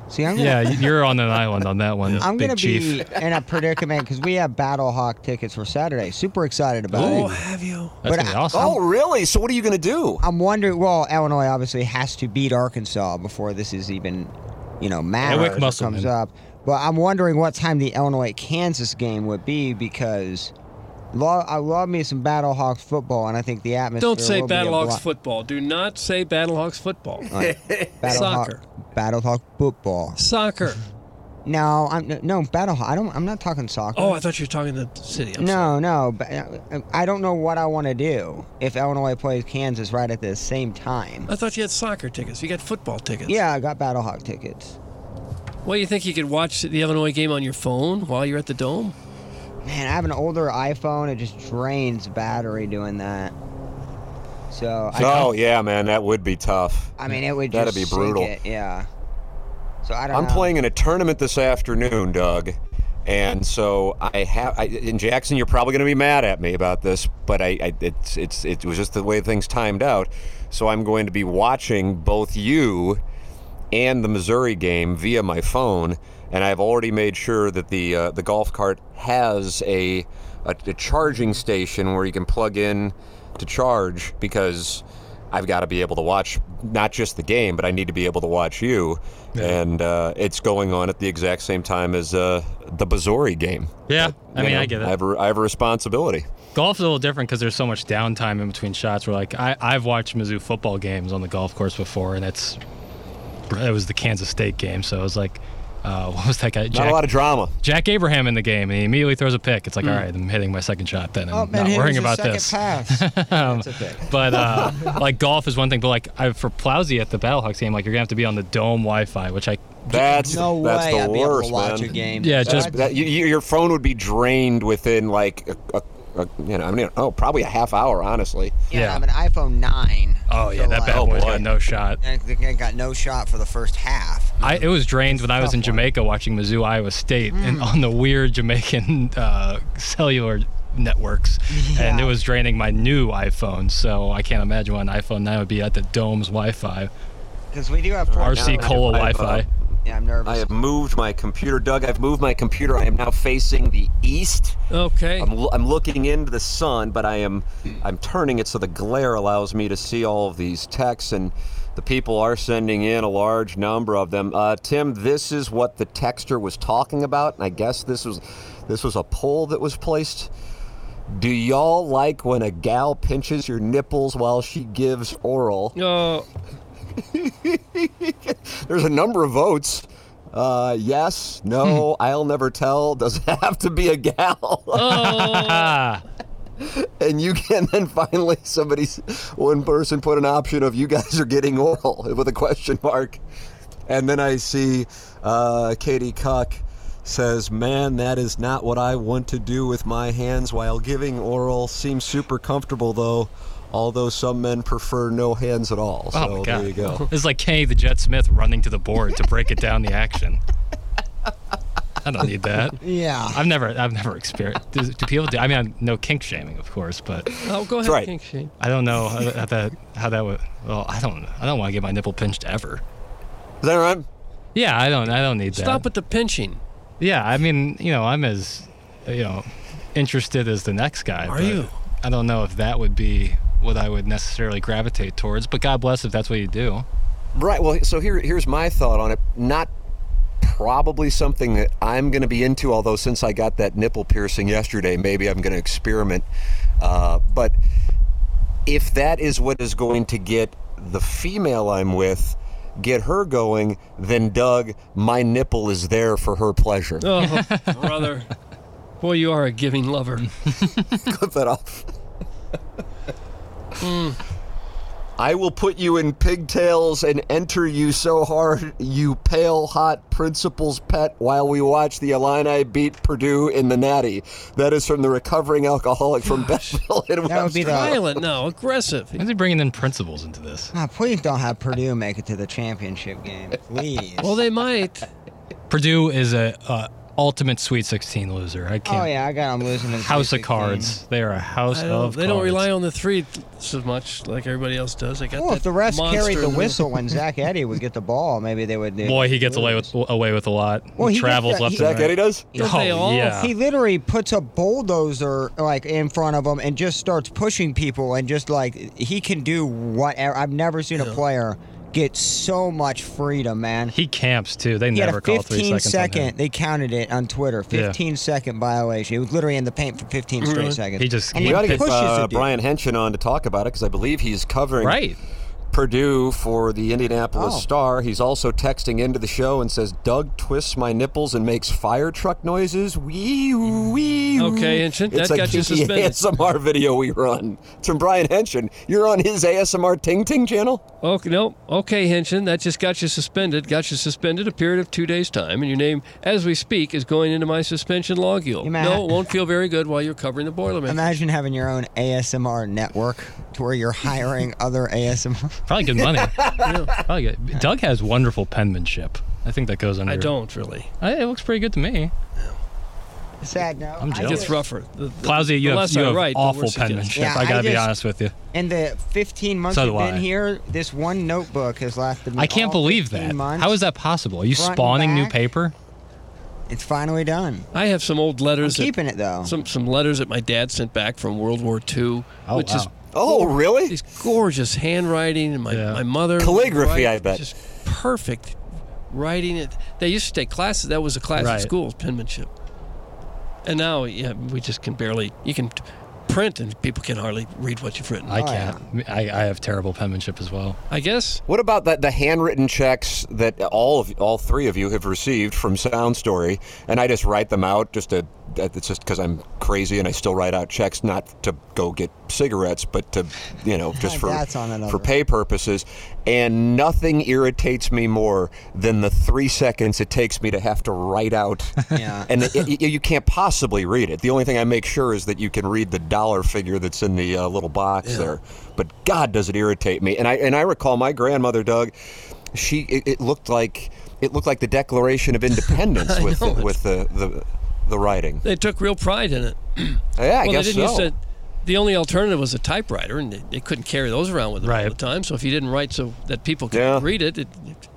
See, I'm gonna, yeah, you're on an island on that one, (laughs) I'm Big gonna Chief. be in a predicament because we have Battle Hawk tickets for Saturday. Super excited about it. Oh, have you? That's gonna be awesome. Oh, really? So what are you gonna do? I'm wondering. Well, Illinois obviously has to beat Arkansas before this is even, you know, Eric matters. or Musselman. comes up. But I'm wondering what time the Illinois Kansas game would be because. Love, I love me some Battle Hawks football, and I think the atmosphere. Don't say will be a Battlehawks lot- football. Do not say Battlehawks football. All right. Battle Soccer. Hawk, Battle Hawk football. Soccer. (laughs) No, I'm no Battle Hawk. I don't. I'm not talking soccer. Oh, I thought you were talking to the city. I'm no, no. But uh, I don't know what I want to do if Illinois plays Kansas right at the same time. I thought you had soccer tickets. You got football tickets. Yeah, I got Battle Hawk tickets. Well, you think you could watch the Illinois game on your phone while you're at the dome? Man, I have an older iPhone. It just drains battery doing that. So. I Oh yeah, man, that would be tough. I mean, it would. That'd just be sink brutal. it, Yeah. So I don't. I'm know. playing in a tournament this afternoon, Doug. And so I have, I, and Jackson, you're probably going to be mad at me about this, but I, I, it's, it's, it was just the way things timed out. So I'm going to be watching both you and the Missouri game via my phone, and I've already made sure that the uh, the golf cart has a, a a charging station where you can plug in to charge because I've got to be able to watch not just the game, but I need to be able to watch you. And uh, it's going on at the exact same time as uh, the Missouri game. Yeah, I You mean, know, I get it. I have a, I have a responsibility. Golf's a little different because there's so much downtime in between shots. Where like I, I've watched Mizzou football games on the golf course before, and it's it was the Kansas State game, so it was like, uh, (laughs) what was that guy? Not a lot of Hmm. drama. Jack Abraham in the game, and he immediately throws a pick. It's like, Mm. all right, I'm hitting my second shot. Then I'm Oh, man, not here's worrying your about second this. (laughs) Pass. Um, That's a pick. (laughs) (laughs) but uh, like golf is one thing, but like I, for Plowsy at the Battlehawks game, like you're gonna have to be on the dome Wi-Fi, which I That's No that's way the I'd be able to worst, watch man. a game. Yeah, That's- just- that, you, you- your phone would be drained within like a, a, a, you know, I mean, oh, probably a half hour, honestly. Yeah, I have an iPhone nine. oh yeah, So, that like- bad boy's got no shot. I think I got no shot for the first half. I, it was drained when I was in Jamaica watching Mizzou Iowa State and on the weird Jamaican uh, cellular networks, and it was draining my new iPhone. So I can't imagine what an iPhone now would be at the dome's Wi-Fi. Because we do have RC Cola I have, uh, Wi-Fi. Yeah, I'm nervous. I have moved my computer, Doug. I've moved my computer. I am now facing the east. Okay. I'm, l- I'm looking into the sun, but I am I'm turning it so the glare allows me to see all of these texts, and the people are sending in a large number of them. Uh, Tim, this is what the texter was talking about, and I guess this was this was a poll that was placed. Do y'all like when a gal pinches your nipples while she gives oral? No. There's a number of votes. Uh, yes, no, Hmm. I'll never tell. (laughs) Does it have to be a gal? Oh. (laughs) and you can then finally somebody, one person put an option of you guys are getting oral with a question mark, and then I see uh, Katie Cock says, "Man, that is not what I want to do with my hands while giving oral. Seems super comfortable though." Although some men prefer no hands at all. So oh my god! there you (laughs) go. It's like Kenny the Jet Smith running to the board to break it down the action. I don't need that. Yeah. I've never, I've never experienced. Do, do people do? I mean, I'm, no kink shaming, of course, but Oh, go That's ahead, right. King Shane. I don't know how how that how that would. Well, I don't. I don't want to get my nipple pinched ever. Is that right? Yeah, I don't. I don't need that. Stop with the pinching. Yeah, I mean, you know, I'm as you know interested as the next guy. Are but you? I don't know if that would be what I would necessarily gravitate towards. But God bless if that's what you do. Right. Well, so here, here's my thought on it. Not probably something that I'm going to be into, although since I got that nipple piercing yesterday, maybe I'm going to experiment. Uh, but if that is what is going to get the female I'm with, get her going, then Doug, my nipple is there for her pleasure. Oh, brother. (laughs) Boy, you are a giving lover. Cut that off. Hmm. I will put you in pigtails and enter you so hard, you pale, hot principal's pet, while we watch the Illini beat Purdue in the Natty. That is from the recovering alcoholic from Bethel in That would be the- Violent, no, aggressive. Why is he bringing in principles into this? Ah, please don't have Purdue Uh, make it to the championship game, please. Well, they might. Purdue is a uh, ultimate Sweet 16 loser. I can't. Oh yeah, I got them losing. in House of 2016. Cards. They are a house I don't- of they cards. don't rely on the three th- so much like everybody else does. They got Well, that Oh, if the refs monster carried in the middle. whistle when Zach Eddy would get the ball, maybe they would. Boy, he gets away (laughs) with away with a lot. Well, he, he travels gets- left he- and right. Don't Oh, they all? yeah. He literally puts a bulldozer like in front of him and just starts pushing people and just like he can do whatever. I've never seen a player get so much freedom, man. He camps too. They he never had a call 15 three seconds. on him. second- They counted it on Twitter. Yeah. 15 second violation. He was literally in the paint for 15 straight Really? seconds. He just and we got to he get pushes uh, a dude. Brian Henson on to talk about it because I believe he's covering Right. Purdue for the Indianapolis Oh. Star. He's also texting into the show and says, "Doug twists my nipples and makes fire truck noises." Wee wee. Okay, Mm. Henshin, it's that a got you geeky suspended. ASMR video we run. It's from Brian Henson. You're on his ASMR Ting Ting channel. Okay, Oh, no. Okay, Henshin, that just got you suspended. Got you suspended a period of two days' time, and your name, as we speak, is going into my suspension log yule. Ima- No, it won't feel very good while you're covering the Boilermaker. Imagine having your own ASMR network to where (laughs) you're hiring other ASMR. Probably good money. Probably good. Doug has wonderful penmanship. I think that goes under. I don't really. I, it looks pretty good to me. (laughs) Sad no. I'm I jealous. just- The, Clousy, the you have, less you I have write, the awful worse it gets. penmanship. Yeah, I gotta I be just- honest with you. In the 15 months So we do have been I. here, this one notebook has lasted me. I can't all believe 15 that. months. How is that possible? Are you Front and spawning new back. paper? It's finally done. I have some old letters. I'm keeping it, though. Some some letters that my dad sent back from World War II, Oh, which is wow. Oh, really? These gorgeous handwriting, and my, my mother Calligraphy, would I bet. just perfect writing it. They used to take classes. That was a class Right. at school, penmanship. And now, yeah, we just can barely. You can print, and people can hardly read what you've written. Oh, I can't. I, I have terrible penmanship as well. I guess. What about that, the handwritten checks that all of all three of you have received from Sound Story, and I just write them out just to that- it's just because I'm crazy and I still write out checks not to go get cigarettes, but to you know (laughs) just for That's on another. for pay purposes. And nothing irritates me more than the three seconds it takes me to have to write out. Yeah. and it, it- you can't possibly read it. The only thing I make sure is that you can read the dollar figure that's in the uh, little box there. But God, does it irritate me? And I and I recall my grandmother, Doug. She it, it looked like it looked like the Declaration of (laughs) Independence I with know, the, it's- with the, the the writing. They took real pride (clears throat) in it. Yeah, I well, guess they didn't so. Use to, the only alternative was a typewriter, and they, they couldn't carry those around with them all the time. So if you didn't write so that oh, people could read it, it,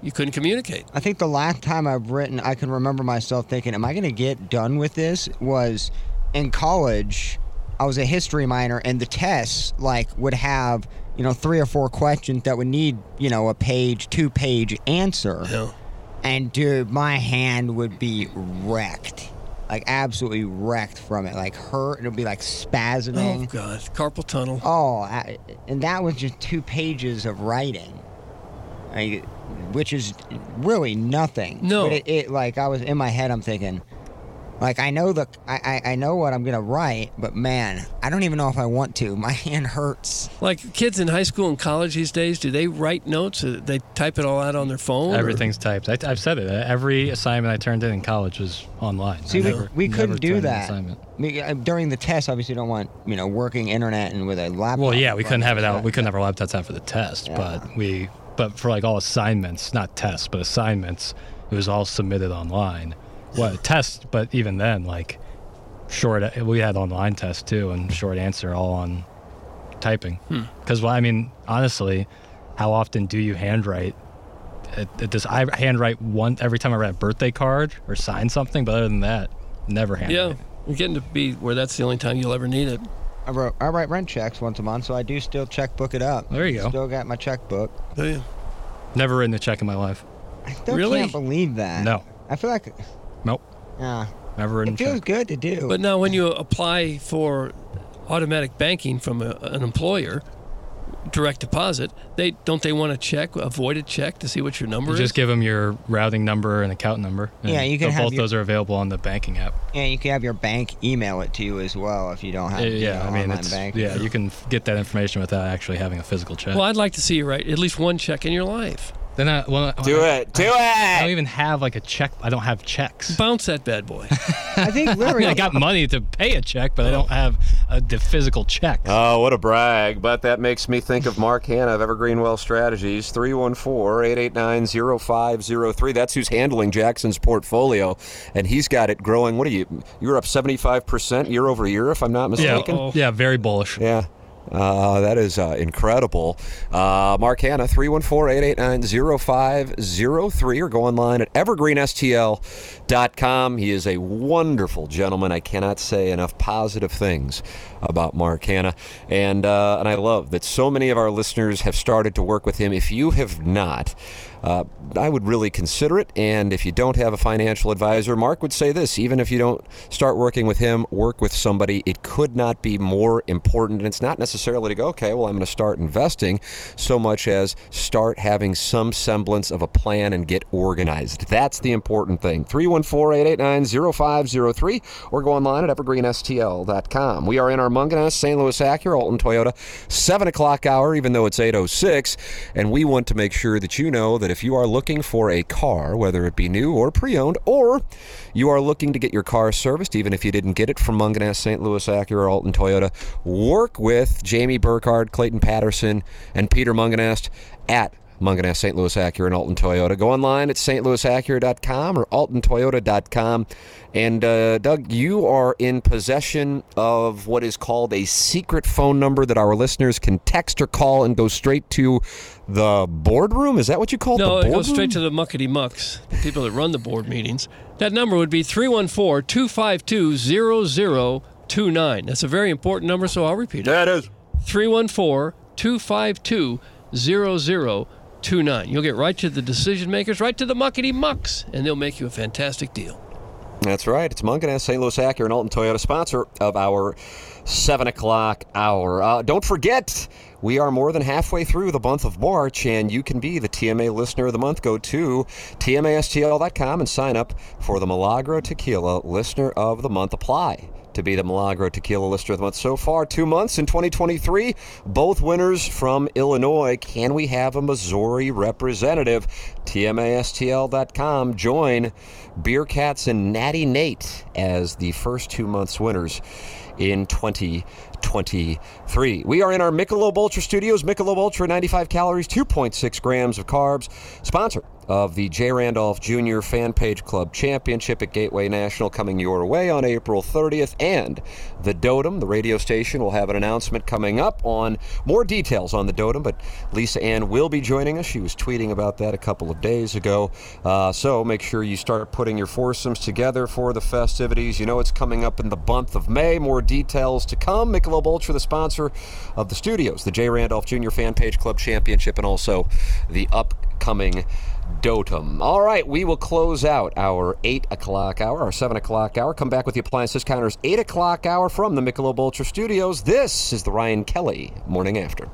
you couldn't communicate. I think the last time I've written, I can remember myself thinking, "Am I going to get done with this?" Was in college. I was a history minor, and the tests like would have you know three or four questions that would need you know a page, two page answer. And dude, my hand would be wrecked, like absolutely wrecked from it, like hurt. It'd be like spasming. Oh God, carpal tunnel. Oh, I, and that was just two pages of writing, I, which is really nothing. No. but it, it like I was in my head. I'm thinking, like I know the I, I I know what I'm gonna write, but man, I don't even know if I want to. (laughs) My hand hurts. Like kids in high school and college these days, do they write notes? Or they type it all out on their phone. or- Everything's typed. I, I've said it. Every assignment I turned in in college was online. See, I we, never- we never couldn't turned do in an that. assignment. We- uh, during the test, obviously, you don't want you know working internet and with a laptop. Well, yeah, we couldn't have it running. out. We couldn't have our laptops out for the test, but we, but for like all assignments, not tests, but assignments, it was all submitted online. What test? But even then, like short, we had online tests too, and short answer all on typing. Because well, I mean, honestly, how often do you handwrite? It, it just I handwrite one every time I write a birthday card or sign something, but other than that, never handwrite. Yeah, you're getting to be where that's the only time you'll ever need it. I wrote I write rent checks once a month, so I do still checkbook it up. There you go. Still got my checkbook. Do you? Never written a check in my life. Still can't believe that. No. I feel like Nope. yeah. Never written a It check. feels good to do. But now, when you apply for automatic banking from a, an employer, direct deposit, they don't they want a check, a voided check, to see what your number You is. just give them your routing number and account number. and Yeah, you can tho- have both your- those are available on the banking app. yeah, you can have your bank email it to you as well if you don't have Yeah, you know, I mean, online it's, banking. yeah, you can f- get that information without actually having a physical check. Well, I'd like to see you write at least one check in your life. Then I well Do I- (laughs) it. Do I- it. I don't even have like a check. I don't have checks. Bounce that bad boy. (laughs) I think I, literally mean, I got money to pay a check, but I don't have a, the physical check. Oh, what a brag. But that makes me think of Mark Hanna of Evergreen Wealth Strategies, 314 889 0503. That's who's handling Jackson's portfolio. And he's got it growing. What are you? You're up 75% year over year, if I'm not Yeah, mistaken. yeah, very bullish. Yeah. Uh, that is uh, incredible. Uh, Mark Hanna, 314-889-0503 or go online at evergreenstl.com. He is a wonderful gentleman. I cannot say enough positive things about Mark Hanna. And, uh, and I love that so many of our listeners have started to work with him. If you have not, uh, I would really consider it. And if you don't have a financial advisor, Mark would say this even if you don't start working with him, work with somebody. It could not be more important. And it's not necessarily to go, okay, well, I'm going to start investing so much as start having some semblance of a plan and get organized. That's the important thing. 314 889 0503 or go online at evergreenstl.com. We are in our Munganess, St. Louis Acura, Alton Toyota, 7 o'clock hour, even though it's 806. And we want to make sure that you know that if you are looking for a car, whether it be new or pre owned, or you are looking to get your car serviced, even if you didn't get it from Munganess, St. Louis Acura, Alton Toyota, work with Jamie Burkhardt, Clayton Patterson, and Peter Munganest at Munganess St. Louis Acura and Alton Toyota. Go online at stlouisacura.com or altontoyota.com. And uh, Doug, you are in possession of what is called a secret phone number that our listeners can text or call and go straight to the boardroom. Is that what you call No, it? The it goes straight to boardroom? the muckety mucks, the people that run the board meetings. That number would be 314 252 0029. That's a very important number, so I'll repeat it. Yeah, it is. 314 252 0029. You'll get right to the decision makers, right to the muckety mucks, and they'll make you a fantastic deal. That's right. It's Munganess St. Louis Acura and Alton Toyota, sponsor of our 7 o'clock hour. Uh, don't forget, we are more than halfway through the month of March, and you can be the TMA Listener of the Month. Go to TMASTL.com and sign up for the Milagro Tequila Listener of the Month. Apply to be the Milagro Tequila Listener of the Month. So far, two months in 2023, both winners from Illinois. Can we have a Missouri representative? TMASTL.com. Join Beer Cats and Natty Nate as the first two months winners in 2023. We are in our Michelob Ultra Studios. Michelob Ultra, 95 calories, 2.6 grams of carbs. Sponsor of the J. Randolph Jr. Fan Page Club Championship at Gateway National coming your way on April 30th. And the Dotem, the radio station, will have an announcement coming up on more details on the Dotem, but Lisa Ann will be joining us. She was tweeting about that a couple of days ago. Uh, so make sure you start putting your foursomes together for the festivities. You know it's coming up in the month of May. More details to come. Michelob Ultra, the sponsor of the studios, the J. Randolph Jr. Fan Page Club Championship, and also the upcoming Dotum. All right, we will close out our 8 o'clock hour, our 7 o'clock hour. Come back with the appliance discounters 8 o'clock hour from the Michelob Ultra Studios. This is the Ryan Kelly Morning After.